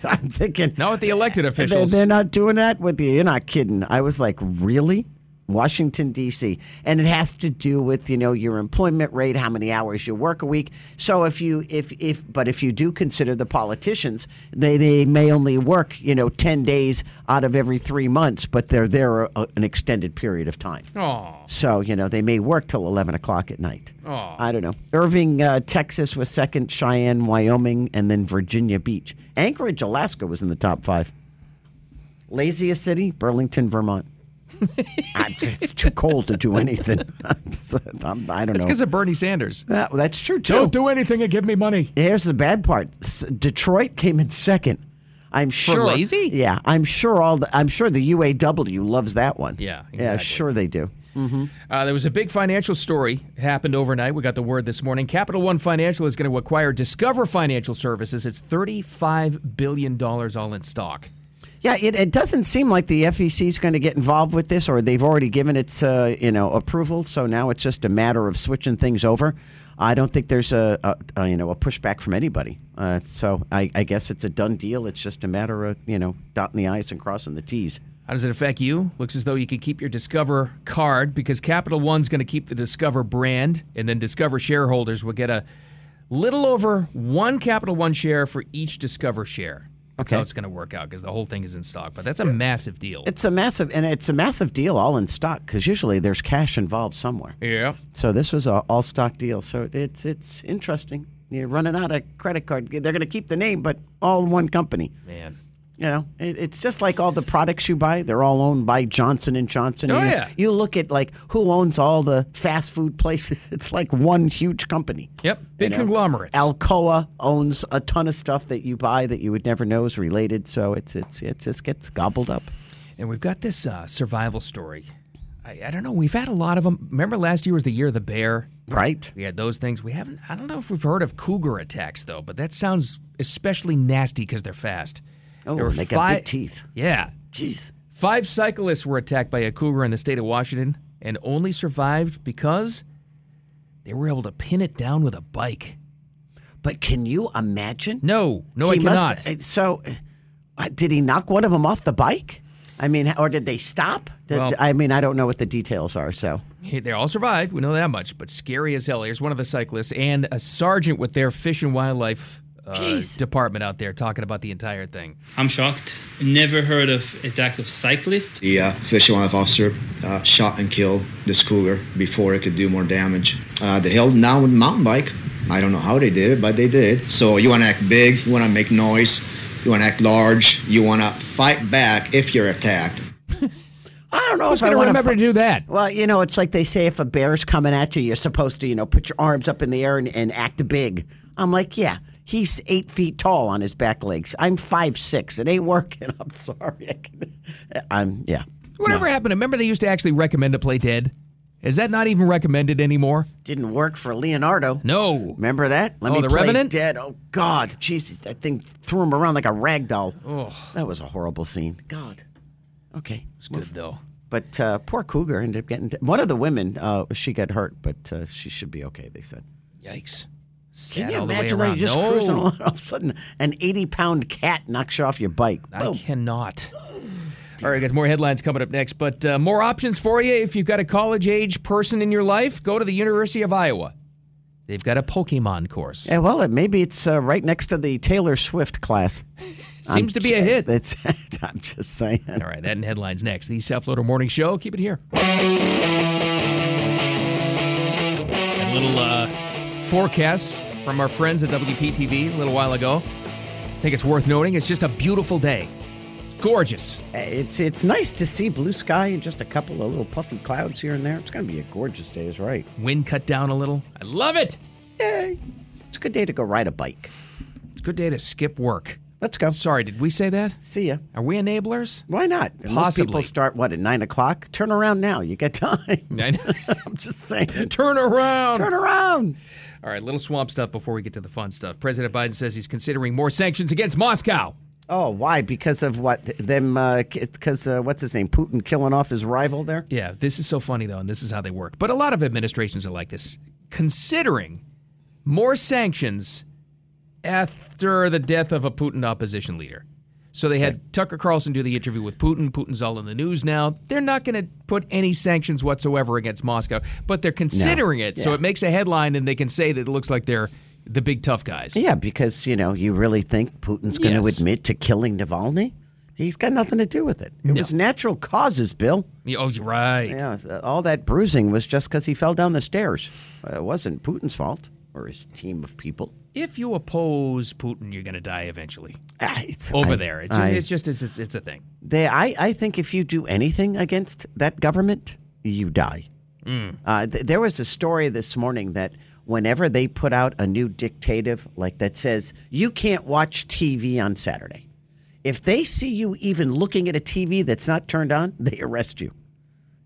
I'm thinking. not with the elected They- officials. They're not doing that with you. You're not kidding. I was like, really? Washington, D.C. And it has to do with, you know, your employment rate, how many hours you work a week. So if you, if, if, but if you do consider the politicians, they, they may only work, you know, 10 days out of every three months, but they're there a, an extended period of time. Aw. So, you know, they may work till 11 o'clock at night. I don't know. Irving, uh, Texas was second, Cheyenne, Wyoming, and then Virginia Beach. Anchorage, Alaska was in the top five. Laziest city, Burlington, Vermont. I'm- it's too cold to do anything. I'm so- I'm- I don't It's know. because of Bernie Sanders. That- that's true, too. do anything and give me money. Here's the bad part. S- Detroit came in second. I'm sure. lazy? Yeah, I'm sure all the. I'm sure the UAW loves that one. Yeah, Yeah, exactly. sure they do. Uh, there was a big financial story happened overnight. We got the word this morning. Capital One Financial is going to acquire Discover Financial Services. It's thirty-five billion dollars all in stock. Yeah, it, it doesn't seem like the FEC is going to get involved with this, or they've already given its uh, you know approval. So now it's just a matter of switching things over. I don't think there's a, a, a you know a pushback from anybody. Uh, so I, I guess it's a done deal. It's just a matter of you know dotting the i's and crossing the t's. How does it affect you? Looks as though you could keep your Discover card because Capital One's going to keep the Discover brand, and then Discover shareholders will get a little over one Capital One share for each Discover share. That's Okay. how it's going to work out because the whole thing is in stock. But that's a massive deal. It's a massive, and it's a massive deal all in stock because usually there's cash involved somewhere. yeah. So this was a all stock deal. So it's it's interesting. You're running out of credit card. They're going to keep the name, but all one company. Man. You know, it, it's just like all the products you buy; they're all owned by Johnson and Johnson. Oh, you know, yeah. You look at like who owns all the fast food places. It's like one huge company. Yep. Big know, conglomerates. Alcoa owns a ton of stuff that you buy that you would never know is related. So it's it's it just gets gobbled up. and we've got this uh, survival story. I, I don't know. We've had a lot of them. Remember last year was the year of the bear? Right. We had those things. We haven't, I don't know if we've heard of cougar attacks, though, but that sounds especially nasty because they're fast. Oh, There were and they got fi- big teeth. Yeah. Jeez. Five cyclists were attacked by a cougar in the state of Washington and only survived because they were able to pin it down with a bike. But can you imagine? No, no, He Oh, I cannot. must- uh, so, uh, did he knock one of them off the bike? I mean, or did they stop? Did- Well- I mean, I don't know what the details are. So, Hey, They all survived. We know that much. But scary as hell. Here's one of the cyclists and a sergeant with their fish and wildlife uh, Jeez. department out there talking about the entire thing. I'm shocked. Never heard of attack of cyclists. The uh, fish and wildlife officer uh, shot and killed this cougar before it could do more damage. Uh, they held him down with a mountain bike. I don't know how they did it, but they did. So you want to act big, you want to make noise, you want to act large, you want to fight back if you're attacked. I don't know Who's Oh, if going I to wanna remember fi- to do that? Well, you know, it's like they say if a bear's coming at you, you're supposed to, you know, put your arms up in the air and, and act big. I'm like, yeah, he's eight feet tall on his back legs. I'm five six. It ain't working. I'm sorry. I can- uh, I'm yeah. Whatever happened? Remember they used to actually recommend to play dead? Is that not even recommended anymore? Didn't work for Leonardo. No. Remember that? Let Oh, me The play Revenant? Dead. Oh God, Jesus! That thing threw him around like a rag doll. That was a horrible scene. God. Okay. It's good, though. But uh, poor Cougar ended up getting one of the women. Uh, she got hurt, but uh, she should be okay. They said. Yikes. Sad Can you all the way imagine that around. you just no, cruising along, all of a sudden an eighty-pound cat knocks you off your bike? I Boom. cannot. All right, guys, more headlines coming up next, but uh, more options for you. If you've got a college age person in your life, go to the University of Iowa. They've got a Pokemon course. Yeah, well, it, maybe it's uh, right next to the Taylor Swift class. Seems to be a hit. It's, I'm just saying. All right, that and headlines next. The South Florida Morning Show. Keep it here. A little uh, forecast from our friends at WPTV a little while ago. I think it's worth noting. It's just a beautiful day. It's gorgeous. It's it's nice to see blue sky and just a couple of little puffy clouds here and there. It's going to be a gorgeous day, is right. Wind cut down a little. I love it. Yay! It's a good day to go ride a bike. It's a good day to skip work. Let's go. Sorry, did we say that? See ya. Are we enablers? Why not? Most Possibly. people start what at nine o'clock. Turn around now. You got time. I know. I'm just saying. Turn around. Turn around. All right, little swamp stuff before we get to the fun stuff. President Biden says he's considering more sanctions against Moscow. Oh, why? Because of what? Them? Because uh, what's his name? Putin killing off his rival there. Yeah, this is so funny though, and this is how they work. But a lot of administrations are like this, considering more sanctions after the death of a Putin opposition leader. So they had Tucker Carlson do the interview with Putin. Putin's all in the news now. They're not going to put any sanctions whatsoever against Moscow, but they're considering it. So it makes a headline, and they can say that it looks like they're the big tough guys. Yeah, because you know you really think Putin's going to Yes. admit to killing Navalny? He's got nothing to do with it. It was natural causes, Bill. Yeah, Oh, you're right. Yeah, uh, all that bruising was just because he fell down the stairs. Uh, It wasn't Putin's fault or his team of people. If you oppose Putin, you're going to die eventually. Ah, it's- Over I- there, it's, I, it's just it's, it's, it's a thing. they, I, I think if you do anything against that government, you die. Mm. Uh, th- there was a story this morning that whenever they put out a new dictative, like that says, you can't watch TV on Saturday. If they see you even looking at a TV that's not turned on, they arrest you.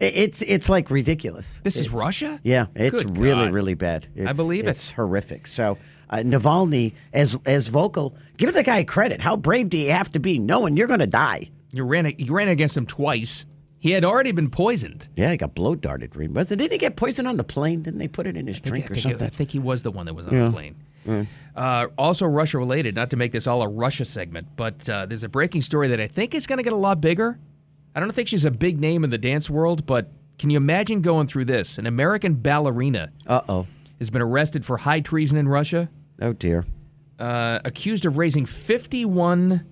I- It's it's like ridiculous. This is It's- Russia? Yeah, it's Good really God. really bad. It's, believe it. it's horrific. So uh, Navalny, as as vocal, give the guy credit. How brave do you have to be knowing you're going to die? You ran you ran against him twice. He had already been poisoned. Yeah, he got blow darted. Reed. Wasn't didn't he get poisoned on the plane? Didn't they put it in his drink I or think, something? I think he was the one that was on the plane. Uh, also, Russia related, not to make this all a Russia segment, but uh, there's a breaking story that I think is going to get a lot bigger. I don't think she's a big name in the dance world, but can you imagine going through this? An American ballerina Uh oh. has been arrested for high treason in Russia, Oh dear. uh, accused of raising 51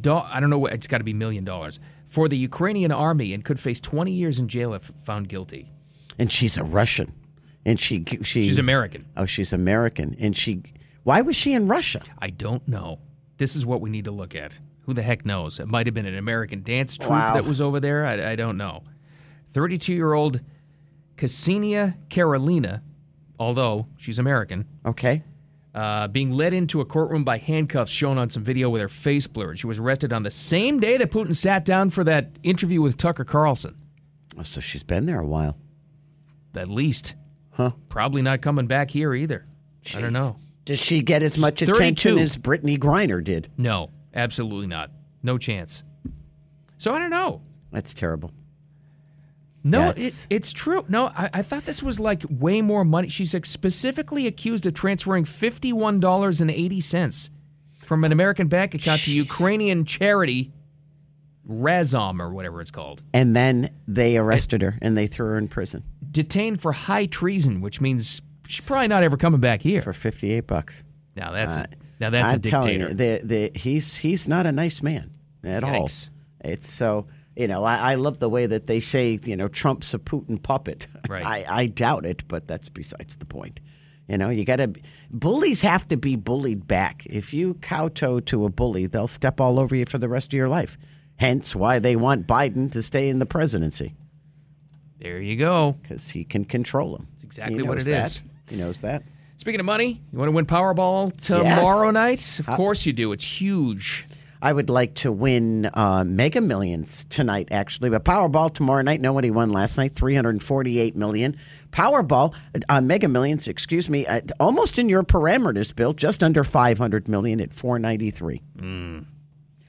do- I don't know what it's got to be million dollars for the Ukrainian army and could face 20 years in jail if found guilty. and she's a Russian, and she she She's American. Oh, she's American, and she. Why was she in Russia? I don't know. This is what we need to look at. Who the heck knows? It might have been an American dance troupe Wow. that was over there. I, I don't know. 32 year old Ksenia Carolina, although she's American, Okay, uh, being led into a courtroom by handcuffs shown on some video with her face blurred. She was arrested on the same day that Putin sat down for that interview with Tucker Carlson. Oh, so she's been there a while. At least. Huh. Probably not coming back here either. I don't know. Does she get as much 32. attention as Brittany Griner did? No, absolutely not. No chance. So I don't know. That's terrible. No, it, That's- it's true. No, I, I thought this was like way more money. She's like, specifically accused of transferring fifty-one dollars and eighty cents from an American bank account to Ukrainian charity Razom or whatever it's called. And then they arrested her and they threw her in prison Detained for high treason, which means she's probably not ever coming back here. for fifty-eight bucks. Uh, now that's a, now that's a I'm telling dictator. you, the, the, he's he's not a nice man at Yikes. all. It's so you know I, I love the way that they say you know Trump's a Putin puppet. Right. I, I doubt it, but that's besides the point. You know you got to bullies have to be bullied back. If you kowtow to a bully, they'll step all over you for the rest of your life. Hence why they want Biden to stay in the presidency there you go. because he can control them. That's exactly what it that. is. He knows that. Speaking of money, you want to win Powerball tomorrow night? Uh, Of course you do. It's huge. I would like to win uh, Mega Millions tonight, actually, but Powerball tomorrow night. Nobody won last night. Three hundred forty-eight million. Powerball, uh, Mega Millions, excuse me, uh, almost in your parameters, Bill. Just under five hundred million at four ninety-three. Hmm.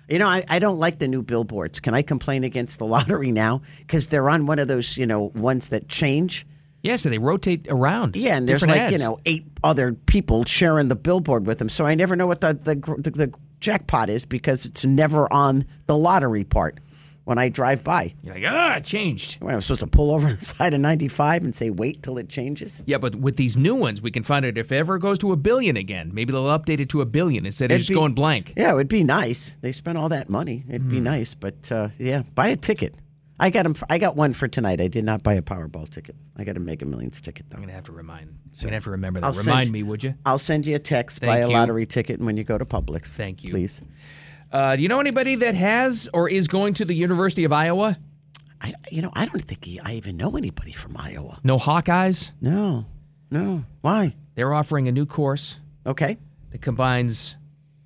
You know, I, I don't like the new billboards. Can I complain against the lottery now? Because they're on one of those, you know, ones that change. Yeah, so they rotate around. Yeah, and there's Different like ads. you know eight other people sharing the billboard with them, so I never know what the the, gr- the the jackpot is because it's never on the lottery part when I drive by. You're like, ah, it changed. When I'm supposed to pull over inside of 95 and say wait till it changes. Yeah, but with these new ones, we can find out if it ever goes to a billion again. Maybe they'll update it to a billion instead of It'd just be- going blank. Yeah, it would be nice. They spent all that money. It'd Hmm. be nice, but uh, yeah, buy a ticket. I got 'em f I got one for tonight. I did not buy a Powerball ticket. I got a Mega Millions ticket though. I'm gonna have to remind. I'm gonna have to remember that. I'll send remind you- me, would you? I'll send you a text. Thank buy a you. lottery ticket when you go to Publix. Thank you. please. Uh, do you know anybody that has or is going to the University of Iowa? I, you know, I don't think he, I even know anybody from Iowa. No Hawkeyes. No, no. Why? They're offering a new course Okay. that combines,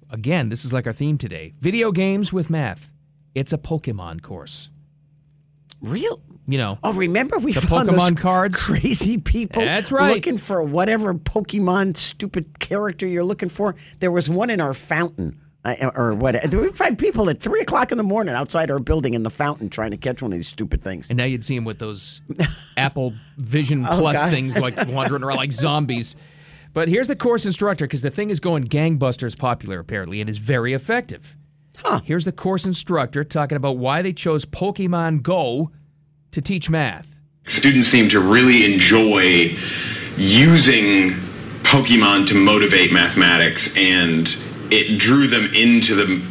again, this is like our theme today: video games with math. It's a Pokemon course. Real. You know, Oh, remember we The found Pokemon those cards? Crazy people. That's right. Looking for whatever Pokemon stupid character you're looking for. There was one in our fountain. I- or what? There were five people at three o'clock in the morning outside our building in the fountain trying to catch one of these stupid things. and now you'd see them with those Apple Vision Plus God. things, like wandering around like zombies. But here's the course instructor, because the thing is going gangbusters popular apparently, and is very effective. Huh. Here's the course instructor talking about why they chose Pokemon Go to teach math. students seem to really enjoy using Pokemon to motivate mathematics, and it drew them into the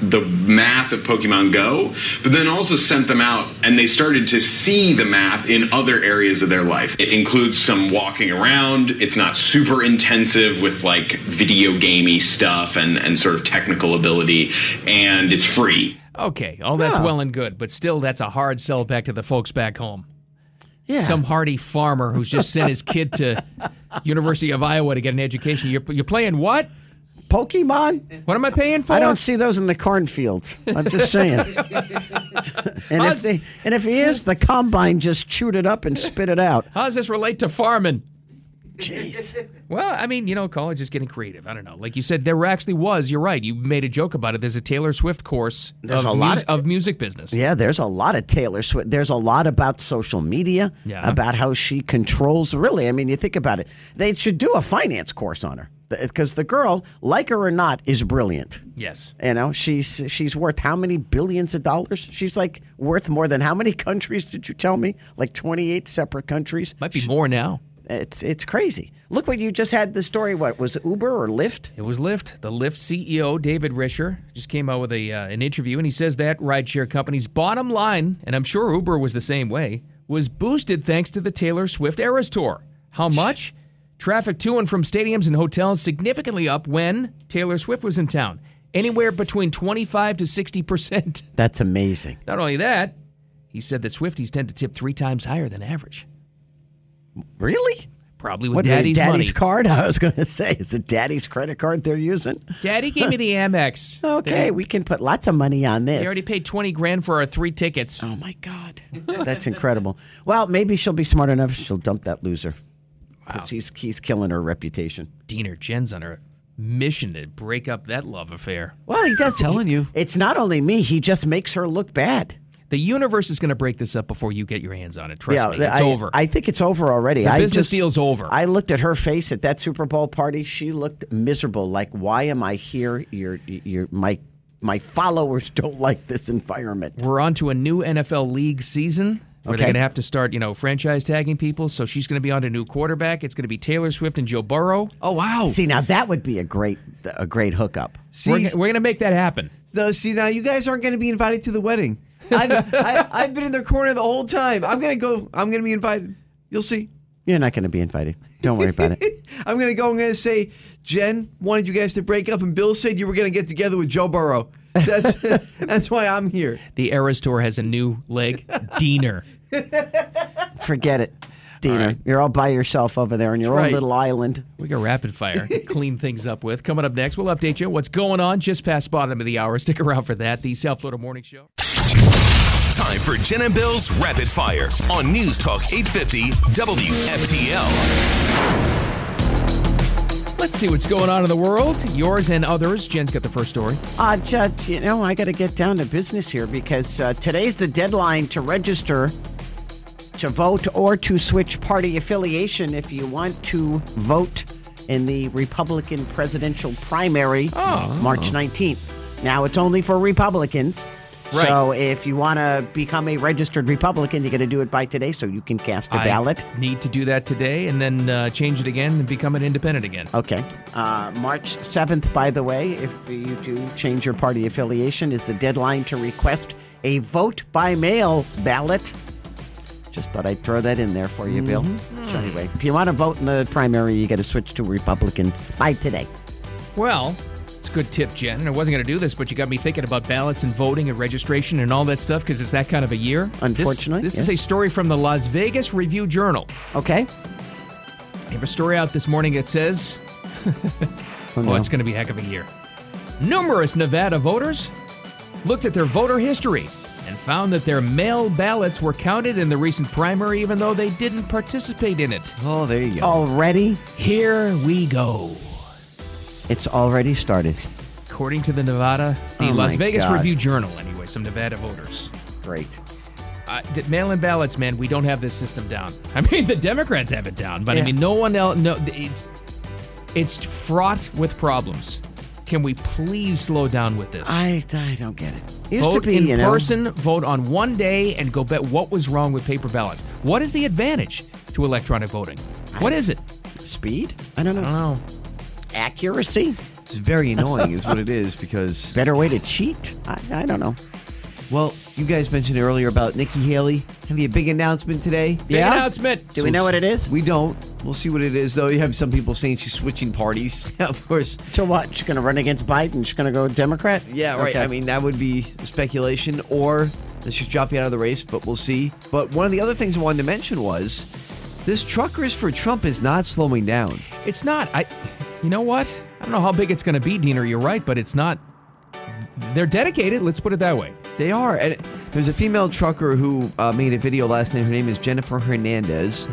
the math of Pokemon Go, but then also sent them out and they started to see the math in other areas of their life. It includes some walking around, it's not super intensive with like video gamey stuff and, and sort of technical ability, and it's free. Okay, all that's well and good, but still, that's a hard sell back to the folks back home. Yeah. Some hardy farmer who's just sent his kid to University of Iowa to get an education. You're, you're playing what? Pokemon? What am I paying for? I don't see those in the cornfields. I'm just saying. and if they, and if he is, the combine just chewed it up and spit it out. How does this relate to farming? Jeez. Well, I mean, you know, college is getting creative. I don't know. Like you said, there actually was. You're right. You made a joke about it. There's a Taylor Swift course There's of, a lot mus- of music business. Yeah, there's a lot of Taylor Swift. There's a lot about social media, Yeah. about how she controls. Really, I mean, you think about it. They should do a finance course on her because the girl, like her or not, is brilliant. Yes. You know, she's she's worth how many billions of dollars? She's like worth more than how many countries did you tell me? Like 28 separate countries. Might be more now. It's it's crazy. Look what you just had the story. What was it, Uber or Lyft? It was Lyft. The Lyft CEO, David Risher, just came out with a uh, an interview, and he says that rideshare company's bottom line, and I'm sure Uber was the same way, was boosted thanks to the Taylor Swift Eras Tour. How much? Traffic to and from stadiums and hotels significantly up when Taylor Swift was in town. Anywhere between 25 to 60 percent. That's amazing. Not only that, he said that Swifties tend to tip three times higher than average. Really? Probably with What daddy's, daddy's money. card? I was going to say, is it daddy's credit card they're using? Daddy gave me the Amex. Okay, we can put lots of money on He this. already paid 20 grand for our three tickets. oh my God, that's incredible. Well, maybe she'll be smart enough. She'll dump that loser because he's he's killing her reputation. Diener Jen's on her mission to break up that love affair. Well, he does. telling he- you. it's not only me. He just makes her look bad. The universe is going to break this up before you get your hands on it. Trust me, th- it's I, over. I think it's over already. The I business just, deal's over. I looked at her face at that Super Bowl party. She looked miserable. Like, why am I here? Your your my my followers don't like this environment. We're on to a new NFL league season. Where they're Okay. going to have to start, you know, franchise tagging people. So she's going to be on to new quarterback. It's going to be Taylor Swift and Joe Burrow. Oh wow! See, now that would be a great a great hookup. We're, See, g- we're going to make that happen. No, see now you guys aren't going to be invited to the wedding. I've, I, I've been in their corner the whole time. I'm going to go. I'm going to be invited. You'll see. You're not going to be invited. Don't worry about it. I'm going to go. I'm going to say, Jen wanted you guys to break up, and Bill said you were going to get together with Joe Burrow. That's that's why I'm here. The Eras Tour has a new leg, Diener. Forget it, Dina. You're all by yourself over there on your That's right. own little island. We got rapid fire. to Clean things up with. Coming up next, we'll update you on what's going on just past bottom of the hour. Stick around for that. The South Florida Morning Show. Time for Jen and Bill's Rapid Fire on News Talk 850 WFTL. Let's see what's going on in the world. Yours and others. Jen's got the first story. Uh, Judge, you know, I got to get down to business here because uh, today's the deadline to register to vote or to switch party affiliation if you want to vote in the Republican presidential primary Oh. March 19th. Now, it's only for Republicans. Right. So, if you want to become a registered Republican, you got to do it by today so you can cast your I ballot. Need to do that today and then uh, change it again and become an independent again. Okay. Uh, March 7th, by the way, if you do change your party affiliation, is the deadline to request a vote by mail ballot. Just thought I'd throw that in there for you, Bill. So anyway, if you want to vote in the primary, you got to switch to Republican by today. Well, it's a good tip, Jen. And I wasn't going to do this, but you got me thinking about ballots and voting and registration and all that stuff because it's that kind of a year. This- Unfortunately, This, is yes. a story from the Las Vegas Review Journal. Okay? I have a story out this morning that says, Oh, oh, it's going to be a heck of a year. Numerous Nevada voters looked at their voter history and found that their mail ballots were counted in the recent primary, even though they didn't participate in it. Oh, there you go. Already? Here we go. It's already started. According to the Nevada, the Oh Las my Vegas God. Review Journal, anyway, some Nevada voters. Great. Uh, the mail-in ballots, man, we don't have this system down. I mean, the Democrats have it down, but I Yeah. mean, no one else. No, it's it's fraught with problems. Can we please slow down with this? I, I don't get it. Used vote to be, in you know, person, vote on one day, and go bet what was wrong with paper ballots. What is the advantage to electronic voting? What is it? Speed? I don't know. I don't know. Accuracy? It's very annoying, is what it is, because Better way to cheat? I, I don't know. well, you guys mentioned earlier about Nikki Haley having a big announcement today. Big Yeah? announcement. Do we know what it is? We don't. We'll see what it is, though. You have some people saying she's switching parties. of course. So what? She's going to run against Biden. She's going to go Democrat. Yeah, right. Okay. I mean, that would be speculation, or that she's dropping out of the race, but we'll see. But one of the other things I wanted to mention was this truckers for Trump is not slowing down. It's not. I. You know what? I don't know how big it's going to be, Diener. You're right, but it's not. They're dedicated. Let's put it that way. They are. And there's a female trucker who uh, made a video last night. Her name is Jennifer Hernandez.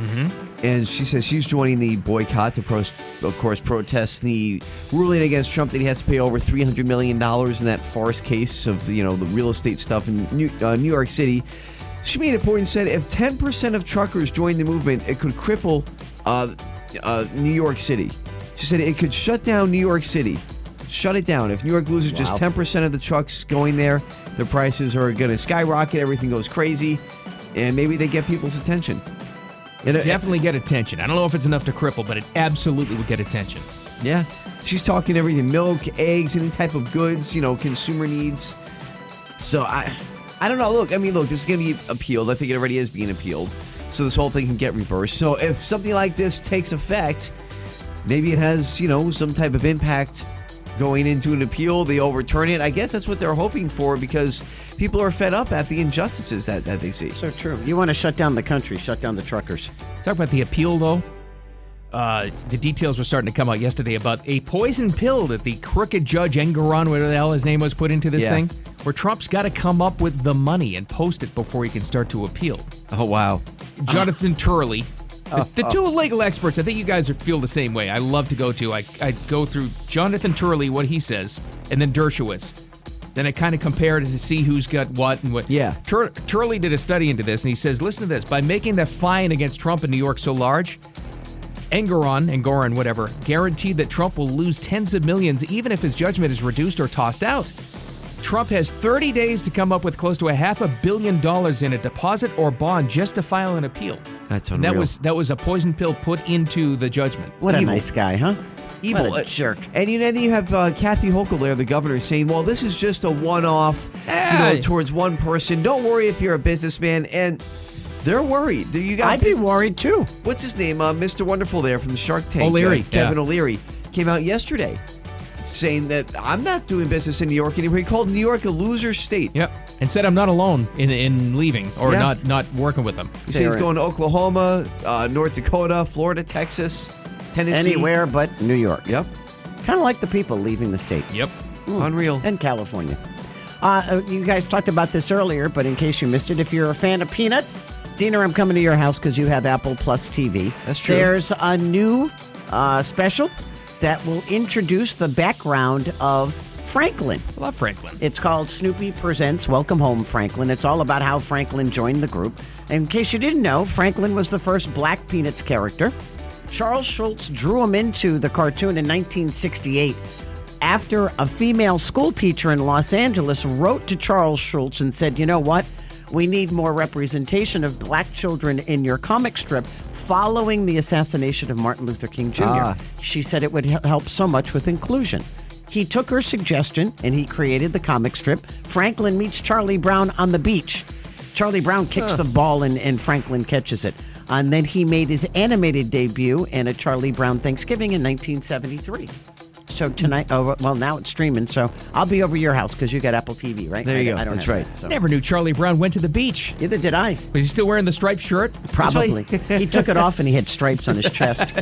And she says she's joining the boycott to, pros- of course, protest the ruling against Trump that he has to pay over $300 million in that farce case of, you know, the real estate stuff in New, uh, New York City. She made a point and said if 10% of truckers joined the movement, it could cripple uh, uh, New York City. She said it could shut down New York City. Shut it down. If New York loses just 10% of the trucks going there, the prices are going to skyrocket. Everything goes crazy. And maybe they get people's attention. And, uh, Definitely get attention. I don't know if it's enough to cripple, but it absolutely would get attention. Yeah. She's talking everything milk, eggs, any type of goods, you know, consumer needs. So I I don't know. Look, I mean, look, this is going to be appealed. I think it already is being appealed. So this whole thing can get reversed. So if something like this takes effect, maybe it has, you know, some type of impact going into an appeal. They overturn it. I guess that's what they're hoping for because people are fed up at the injustices that, that they see. So true. You want to shut down the country, shut down the truckers. Talk about the appeal, though. Uh, the details were starting to come out yesterday about a poison pill that the crooked judge Engeron, whatever the hell his name was, put into this Yeah. thing. Where Trump's got to come up with the money and post it before he can start to appeal. Oh, wow. Uh-huh. Jonathan Turley, the, the two legal experts. I think you guys are, feel the same way. I love to go to. I, I go through Jonathan Turley, what he says, and then Dershowitz. Then I kind of compare it to see who's got what and what. Yeah. Tur- Turley did a study into this, and he says, listen to this. By making the fine against Trump in New York so large, Engeron, Engoron, whatever, guaranteed that Trump will lose tens of millions even if his judgment is reduced or tossed out. Trump has 30 days to come up with close to a half a billion dollars in a deposit or bond just to file an appeal. That's And That unreal. was that was a poison pill put into the judgment. What Evil. a nice guy, huh? evil What a Uh, jerk. And you know, then you have uh, Kathy Hochul there, the governor, saying, "Well, this is just a one-off, you Hey. know, towards one person. Don't worry if you're a businessman." And they're worried. They- You got I'd be business- worried too. What's his name? Uh, Mr. Wonderful there from Shark Tank. uh, O'Leary, Kevin yeah. O'Leary came out yesterday saying that I'm not doing business in New York anymore. He called New York a loser state. Yep. And said I'm not alone in in leaving or Yeah. not not working with them. He said he's Darren. going to Oklahoma, uh, North Dakota, Florida, Texas, Tennessee. Anywhere but New York. Yep. Kind of like the people leaving the state. Mm. Yep. Unreal. And California. Uh, uh, you guys talked about this earlier, but in case you missed it, if you're a fan of Peanuts, Diener, I'm coming to your house because you have Apple Plus TV. That's true. There's a new uh, special that will introduce the background of Franklin. I love Franklin. It's called Snoopy Presents Welcome Home Franklin. It's all about how Franklin joined the group. In case you didn't know, Franklin was the first Black Peanuts character. Charles Schultz drew him into the cartoon in 1968 after a female school teacher in Los Angeles wrote to Charles Schultz and said, You know what? We need more representation of black children in your comic strip following the assassination of Martin Luther King Jr. She said it would he- help so much with inclusion. He took her suggestion and he created the comic strip Franklin Meets Charlie Brown on the Beach. Charlie Brown kicks the ball and, and Franklin catches it. And then he made his animated debut in a Charlie Brown Thanksgiving in 1973. So tonight, oh, well, now it's streaming. So I'll be over your house because you got Apple TV, right? There you I, go. I don't That's have right. that, I so. never knew Charlie Brown went to the beach. Neither did I. Was he still wearing the striped shirt? Probably. he took it off and he had stripes on his chest.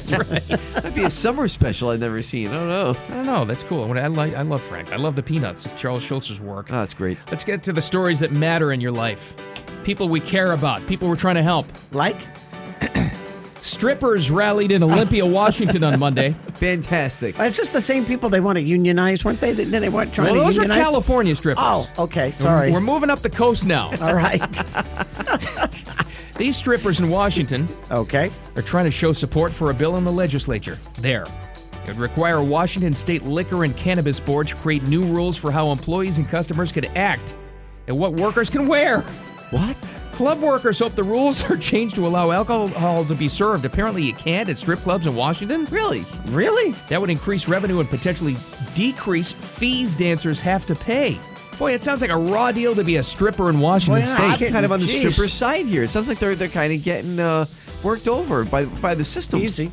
That'd be a summer special I've never seen. I don't know. I don't know. That's cool. I, I like I love Frank. I love the Peanuts. It's Charles Schultz's work. Oh, that's great. Let's get to the stories that matter in your life. People we care about. People we're trying to help. Like? Strippers rallied in Olympia, Washington on Monday. Fantastic. It's just the same people they want to unionize, weren't they? They, they weren't trying Well, to those are unionize. California strippers. Oh, okay. Sorry. Uh, We're moving up the coast now. All right. These strippers in Washington Okay. are trying to show support for a bill in the legislature. There. It would require Washington State Liquor and Cannabis Board to create new rules for how employees and customers could act and what workers can wear. What? Club workers hope the rules are changed to allow alcohol to be served. Apparently, you can't at strip clubs in Washington. Really? Really? That would increase revenue and potentially decrease fees dancers have to pay. Boy, it sounds like a raw deal to be a stripper in Washington Boy, State. I'm kidding. kind of on the Jeez. stripper's side here. It sounds like they're they're kind of getting uh, worked over by by the system. Easy.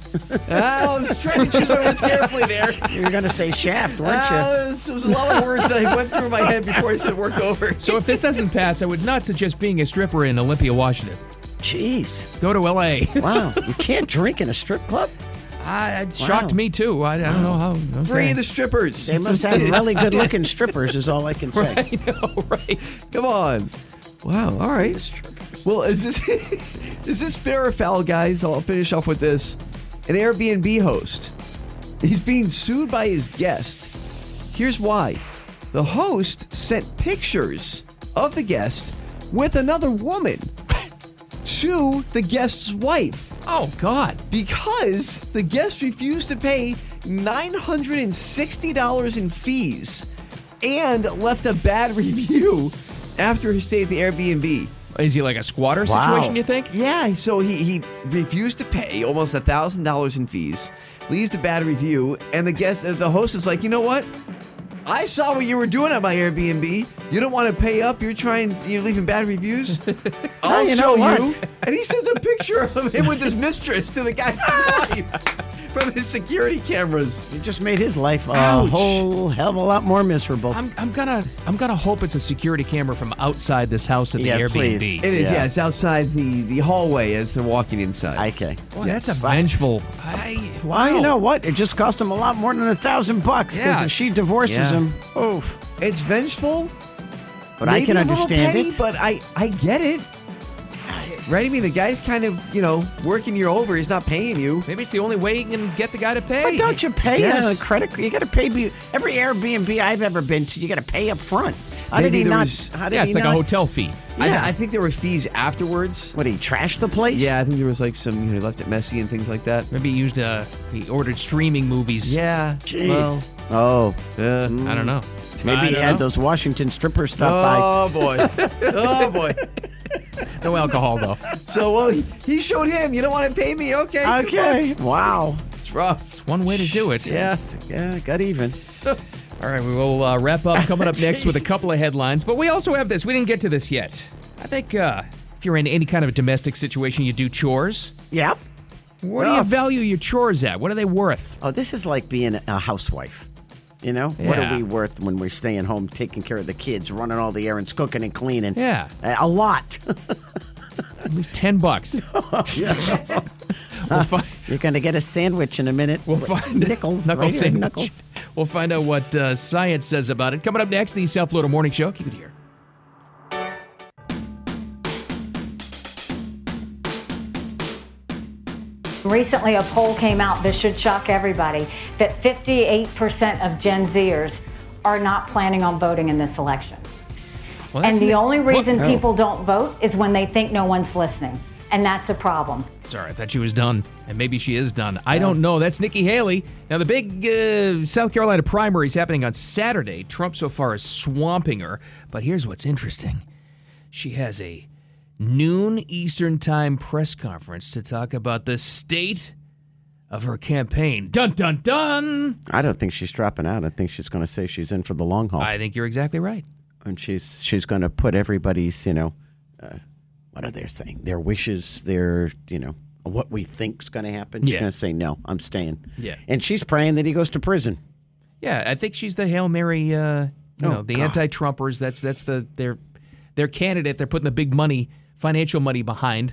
Ah, I was trying to choose my words carefully there. you were going to say shaft, weren't you? Uh, Ah, it, was, it was a lot of words that I went through my head before I said worked over. So if this doesn't pass, I would not suggest being a stripper in Olympia, Washington. Jeez. Go to L.A. Wow. you can't drink in a strip club? I, it shocked me too. I, I don't know how. okay. Free the strippers. They must have really good looking strippers, is all I can say. Oh, right. Come on. Wow. All right. Well, is this is this fair or foul, guys? I'll finish off with this. An Airbnb host. He's being sued by his guest. Here's why. The host sent pictures of the guest with another woman to the guest's wife Oh God. because the guest refused to pay $960 in fees and left a bad review after his stay at the Airbnb. Is he like a squatter situation? You think? Yeah. So he, he refused to pay almost a thousand dollars in fees, leaves the bad review, and the guest, uh, the host is like, you know what? I saw what you were doing at my Airbnb. You don't want to pay up. You're trying. You're leaving bad reviews. I'll you know show what? you. And he sends a picture of him with his mistress to the guy's wife from his security cameras. You just made his life a Ouch. whole hell of a lot more miserable. I'm, I'm gonna I'm gonna hope it's a security camera from outside this house at the Yeah, Airbnb. please. It is. Yeah. Yeah. it's outside the the hallway as they're walking inside. okay. Boy, that's a vengeful. I, wow. Well, you know what? It just cost him a lot more than a thousand bucks because Yeah. if she divorces Yeah. him, oof. it's vengeful. But I Maybe can a little understand petty, it. But I, I get it. Right? I mean, the guy's kind of, you know, working you over. He's not paying you. Maybe it's the only way you can get the guy to pay. But don't you pay Yes. on a credit? You got to pay be- every Airbnb I've ever been to. You got to pay up front. How did Maybe he there not? was- how did Yeah, he it's like not- a hotel fee. Yeah. I, I think there were fees afterwards. What he trashed the place? Yeah, I think there was like some, you know, he left it messy and things like that. Maybe he used uh he ordered streaming movies. Yeah. Jeez. Well, oh, uh, I don't know. maybe he I don't had know. those Washington strippers stop by. oh boy. oh boy. no alcohol though. So, well, he- he showed him. You don't want to pay me? Okay. come on." Okay. Wow. It's rough. It's one way to do it. Yeah. Yeah, got even. All right, we will uh, wrap up coming up next with a couple of headlines, but we also have this. We didn't get to this yet. I think uh, if you're in any kind of domestic situation, you do chores. Yep. What do you Yeah. value your chores at? What are they worth? Oh, this is like being a housewife. You know, what Yeah. are we worth when we're staying home, taking care of the kids, running all the errands, cooking and cleaning? Yeah. Uh, a lot. At least ten bucks. we'll find, You're going to get a sandwich in a minute. we'll Wait, find nickel, knuckle right here, sandwich. Knuckles. We'll find out what uh, science says about it. Coming up next, the South Florida Morning Show. Keep it here. Recently, a poll came out, this should shock everybody, that 58% of Gen Zers are not planning on voting in this election. Well, And that's the ne- only What? reason No. people don't vote is when they think no one's listening. And that's a problem. Sorry, I thought she was done, and maybe she is done. I don't know. That's Nikki Haley. Now, the big uh, South Carolina primary is happening on Saturday. Trump so far is swamping her, but here's what's interesting: she has a noon Eastern Time press conference to talk about the state of her campaign. Dun dun dun! I don't think she's dropping out. I think she's going to say she's in for the long haul, I think you're exactly right. and she's she's going to put everybody's, you know, uh, what are they saying? Their wishes, their, you know, what we think's going to happen. She's Yeah. going to say no, I'm staying. Yeah. and she's praying that he goes to prison. Yeah, I think she's the Hail Mary. Uh, you know, the anti-Trumpers. That's that's the their their candidate. They're putting the big money, financial money behind,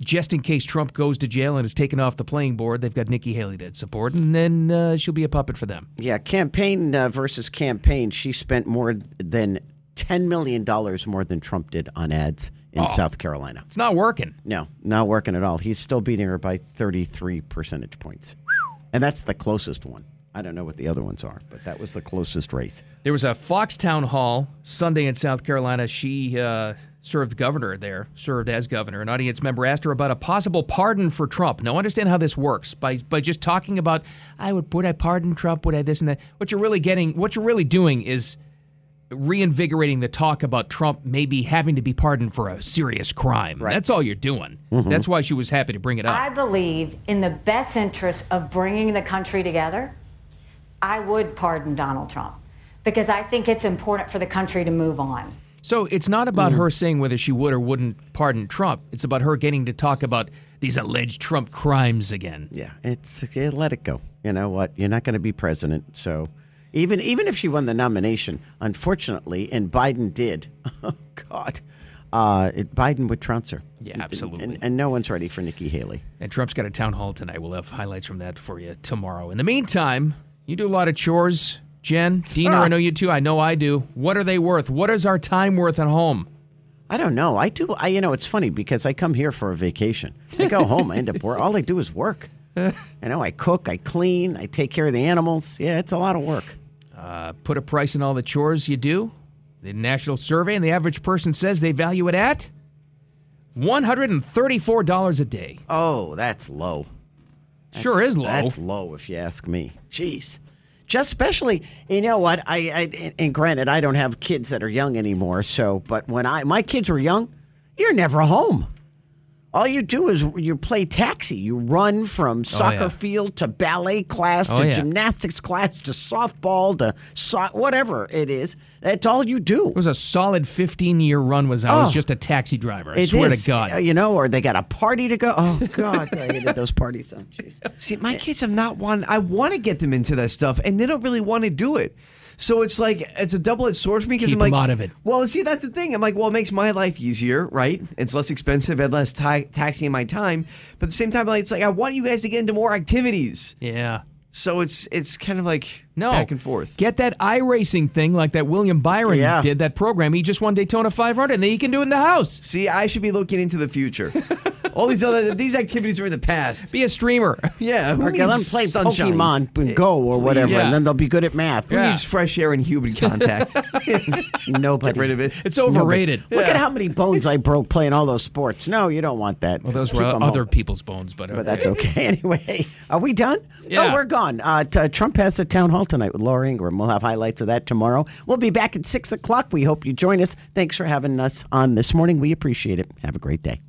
just in case Trump goes to jail and is taken off the playing board. They've got Nikki Haley to support, and then uh, she'll be a puppet for them. Yeah, campaign uh, versus campaign. She spent more than ten million dollars more than Trump did on ads Oh. in South Carolina. It's not working. No, not working at all. He's still beating her by thirty-three percentage points, and that's the closest one. I don't know what the other ones are, but that was the closest race. There was a Fox town hall Sunday in South Carolina. She uh, served governor there, served as governor. An audience member asked her about a possible pardon for Trump. Now, understand how this works by by just talking about I would would I pardon Trump? Would I this and that? What you're really getting, what you're really doing is reinvigorating the talk about Trump maybe having to be pardoned for a serious crime. That's all you're doing. That's why she was happy to bring it up. I believe in the best interest of bringing the country together, I would pardon Donald Trump because I think it's important for the country to move on. So it's not Mm. about her saying whether she would or wouldn't pardon Trump. It's about her getting to talk about these alleged Trump crimes again. Yeah, it's yeah, let it go. You know what? You're not going to be president, so even even if she won the nomination, unfortunately, and Biden did. Oh God, uh, it, Biden would trounce her. Yeah, And- absolutely. And, and no one's ready for Nikki Haley. And Trump's got a town hall tonight. We'll have highlights from that for you tomorrow. In the meantime, you do a lot of chores, Jen, Dina. Ah. I know you too. I know I do. What are they worth? What is our time worth at home? I don't know. I do. I you know, it's funny because I come here for a vacation. I go home. I end up work. All I do is work. You know, I cook, I clean, I take care of the animals. Yeah, it's a lot of work. Uh, put a price on all the chores you do. The national survey and the average person says they value it at one hundred and thirty-four dollars a day. Oh, that's low. sure is low. That's low, if you ask me. Jeez. Just especially, you know what? I, I and granted, I don't have kids that are young anymore. So, but when I my kids were young, You're never home. All you do is you play taxi. You run from soccer Oh, yeah. field to ballet class Oh, to yeah. gymnastics class to softball to so- whatever it is. That's all you do. It was a solid 15 year run was I Oh. was just a taxi driver. I It swear is, to God. You know, or they got a party to go. Oh, God. I hated those parties. Oh, jeez. See, Eh. my kids have not wanted. I want to get them into that stuff, and they don't really want to do it. So it's like it's a double-edged sword for me because Keep I'm like, them out of it. Well, see, that's the thing. I'm like, well, it makes my life easier, right? It's less expensive and less ti taxing my time. But at the same time, like, it's like I want you guys to get into more activities. Yeah. So it's it's kind of like No. back and forth. Get that iRacing thing like that William Byron Yeah. did that program. He just won Daytona 500 and then he can do it in the house. See, I should be looking into the future. All these other these activities were in the past. Be a streamer. Yeah, who Or get them needs play sunshine? Pokemon and Go or whatever, Yeah. and then they'll be good at math. Who Yeah. needs fresh air and human contact? Nobody. Get rid of it. It's overrated. Look at how many bones I broke playing all those sports. No, you don't want that. Well, those Keep were 'em other home. people's bones, but, uh, But that's okay anyway. Are we done? Yeah. No, we're gone. Uh, t- uh, Trump has a town hall tonight with Laura Ingram. We'll have highlights of that tomorrow. We'll be back at 6 o'clock. We hope you join us. Thanks for having us on this morning. We appreciate it. Have a great day.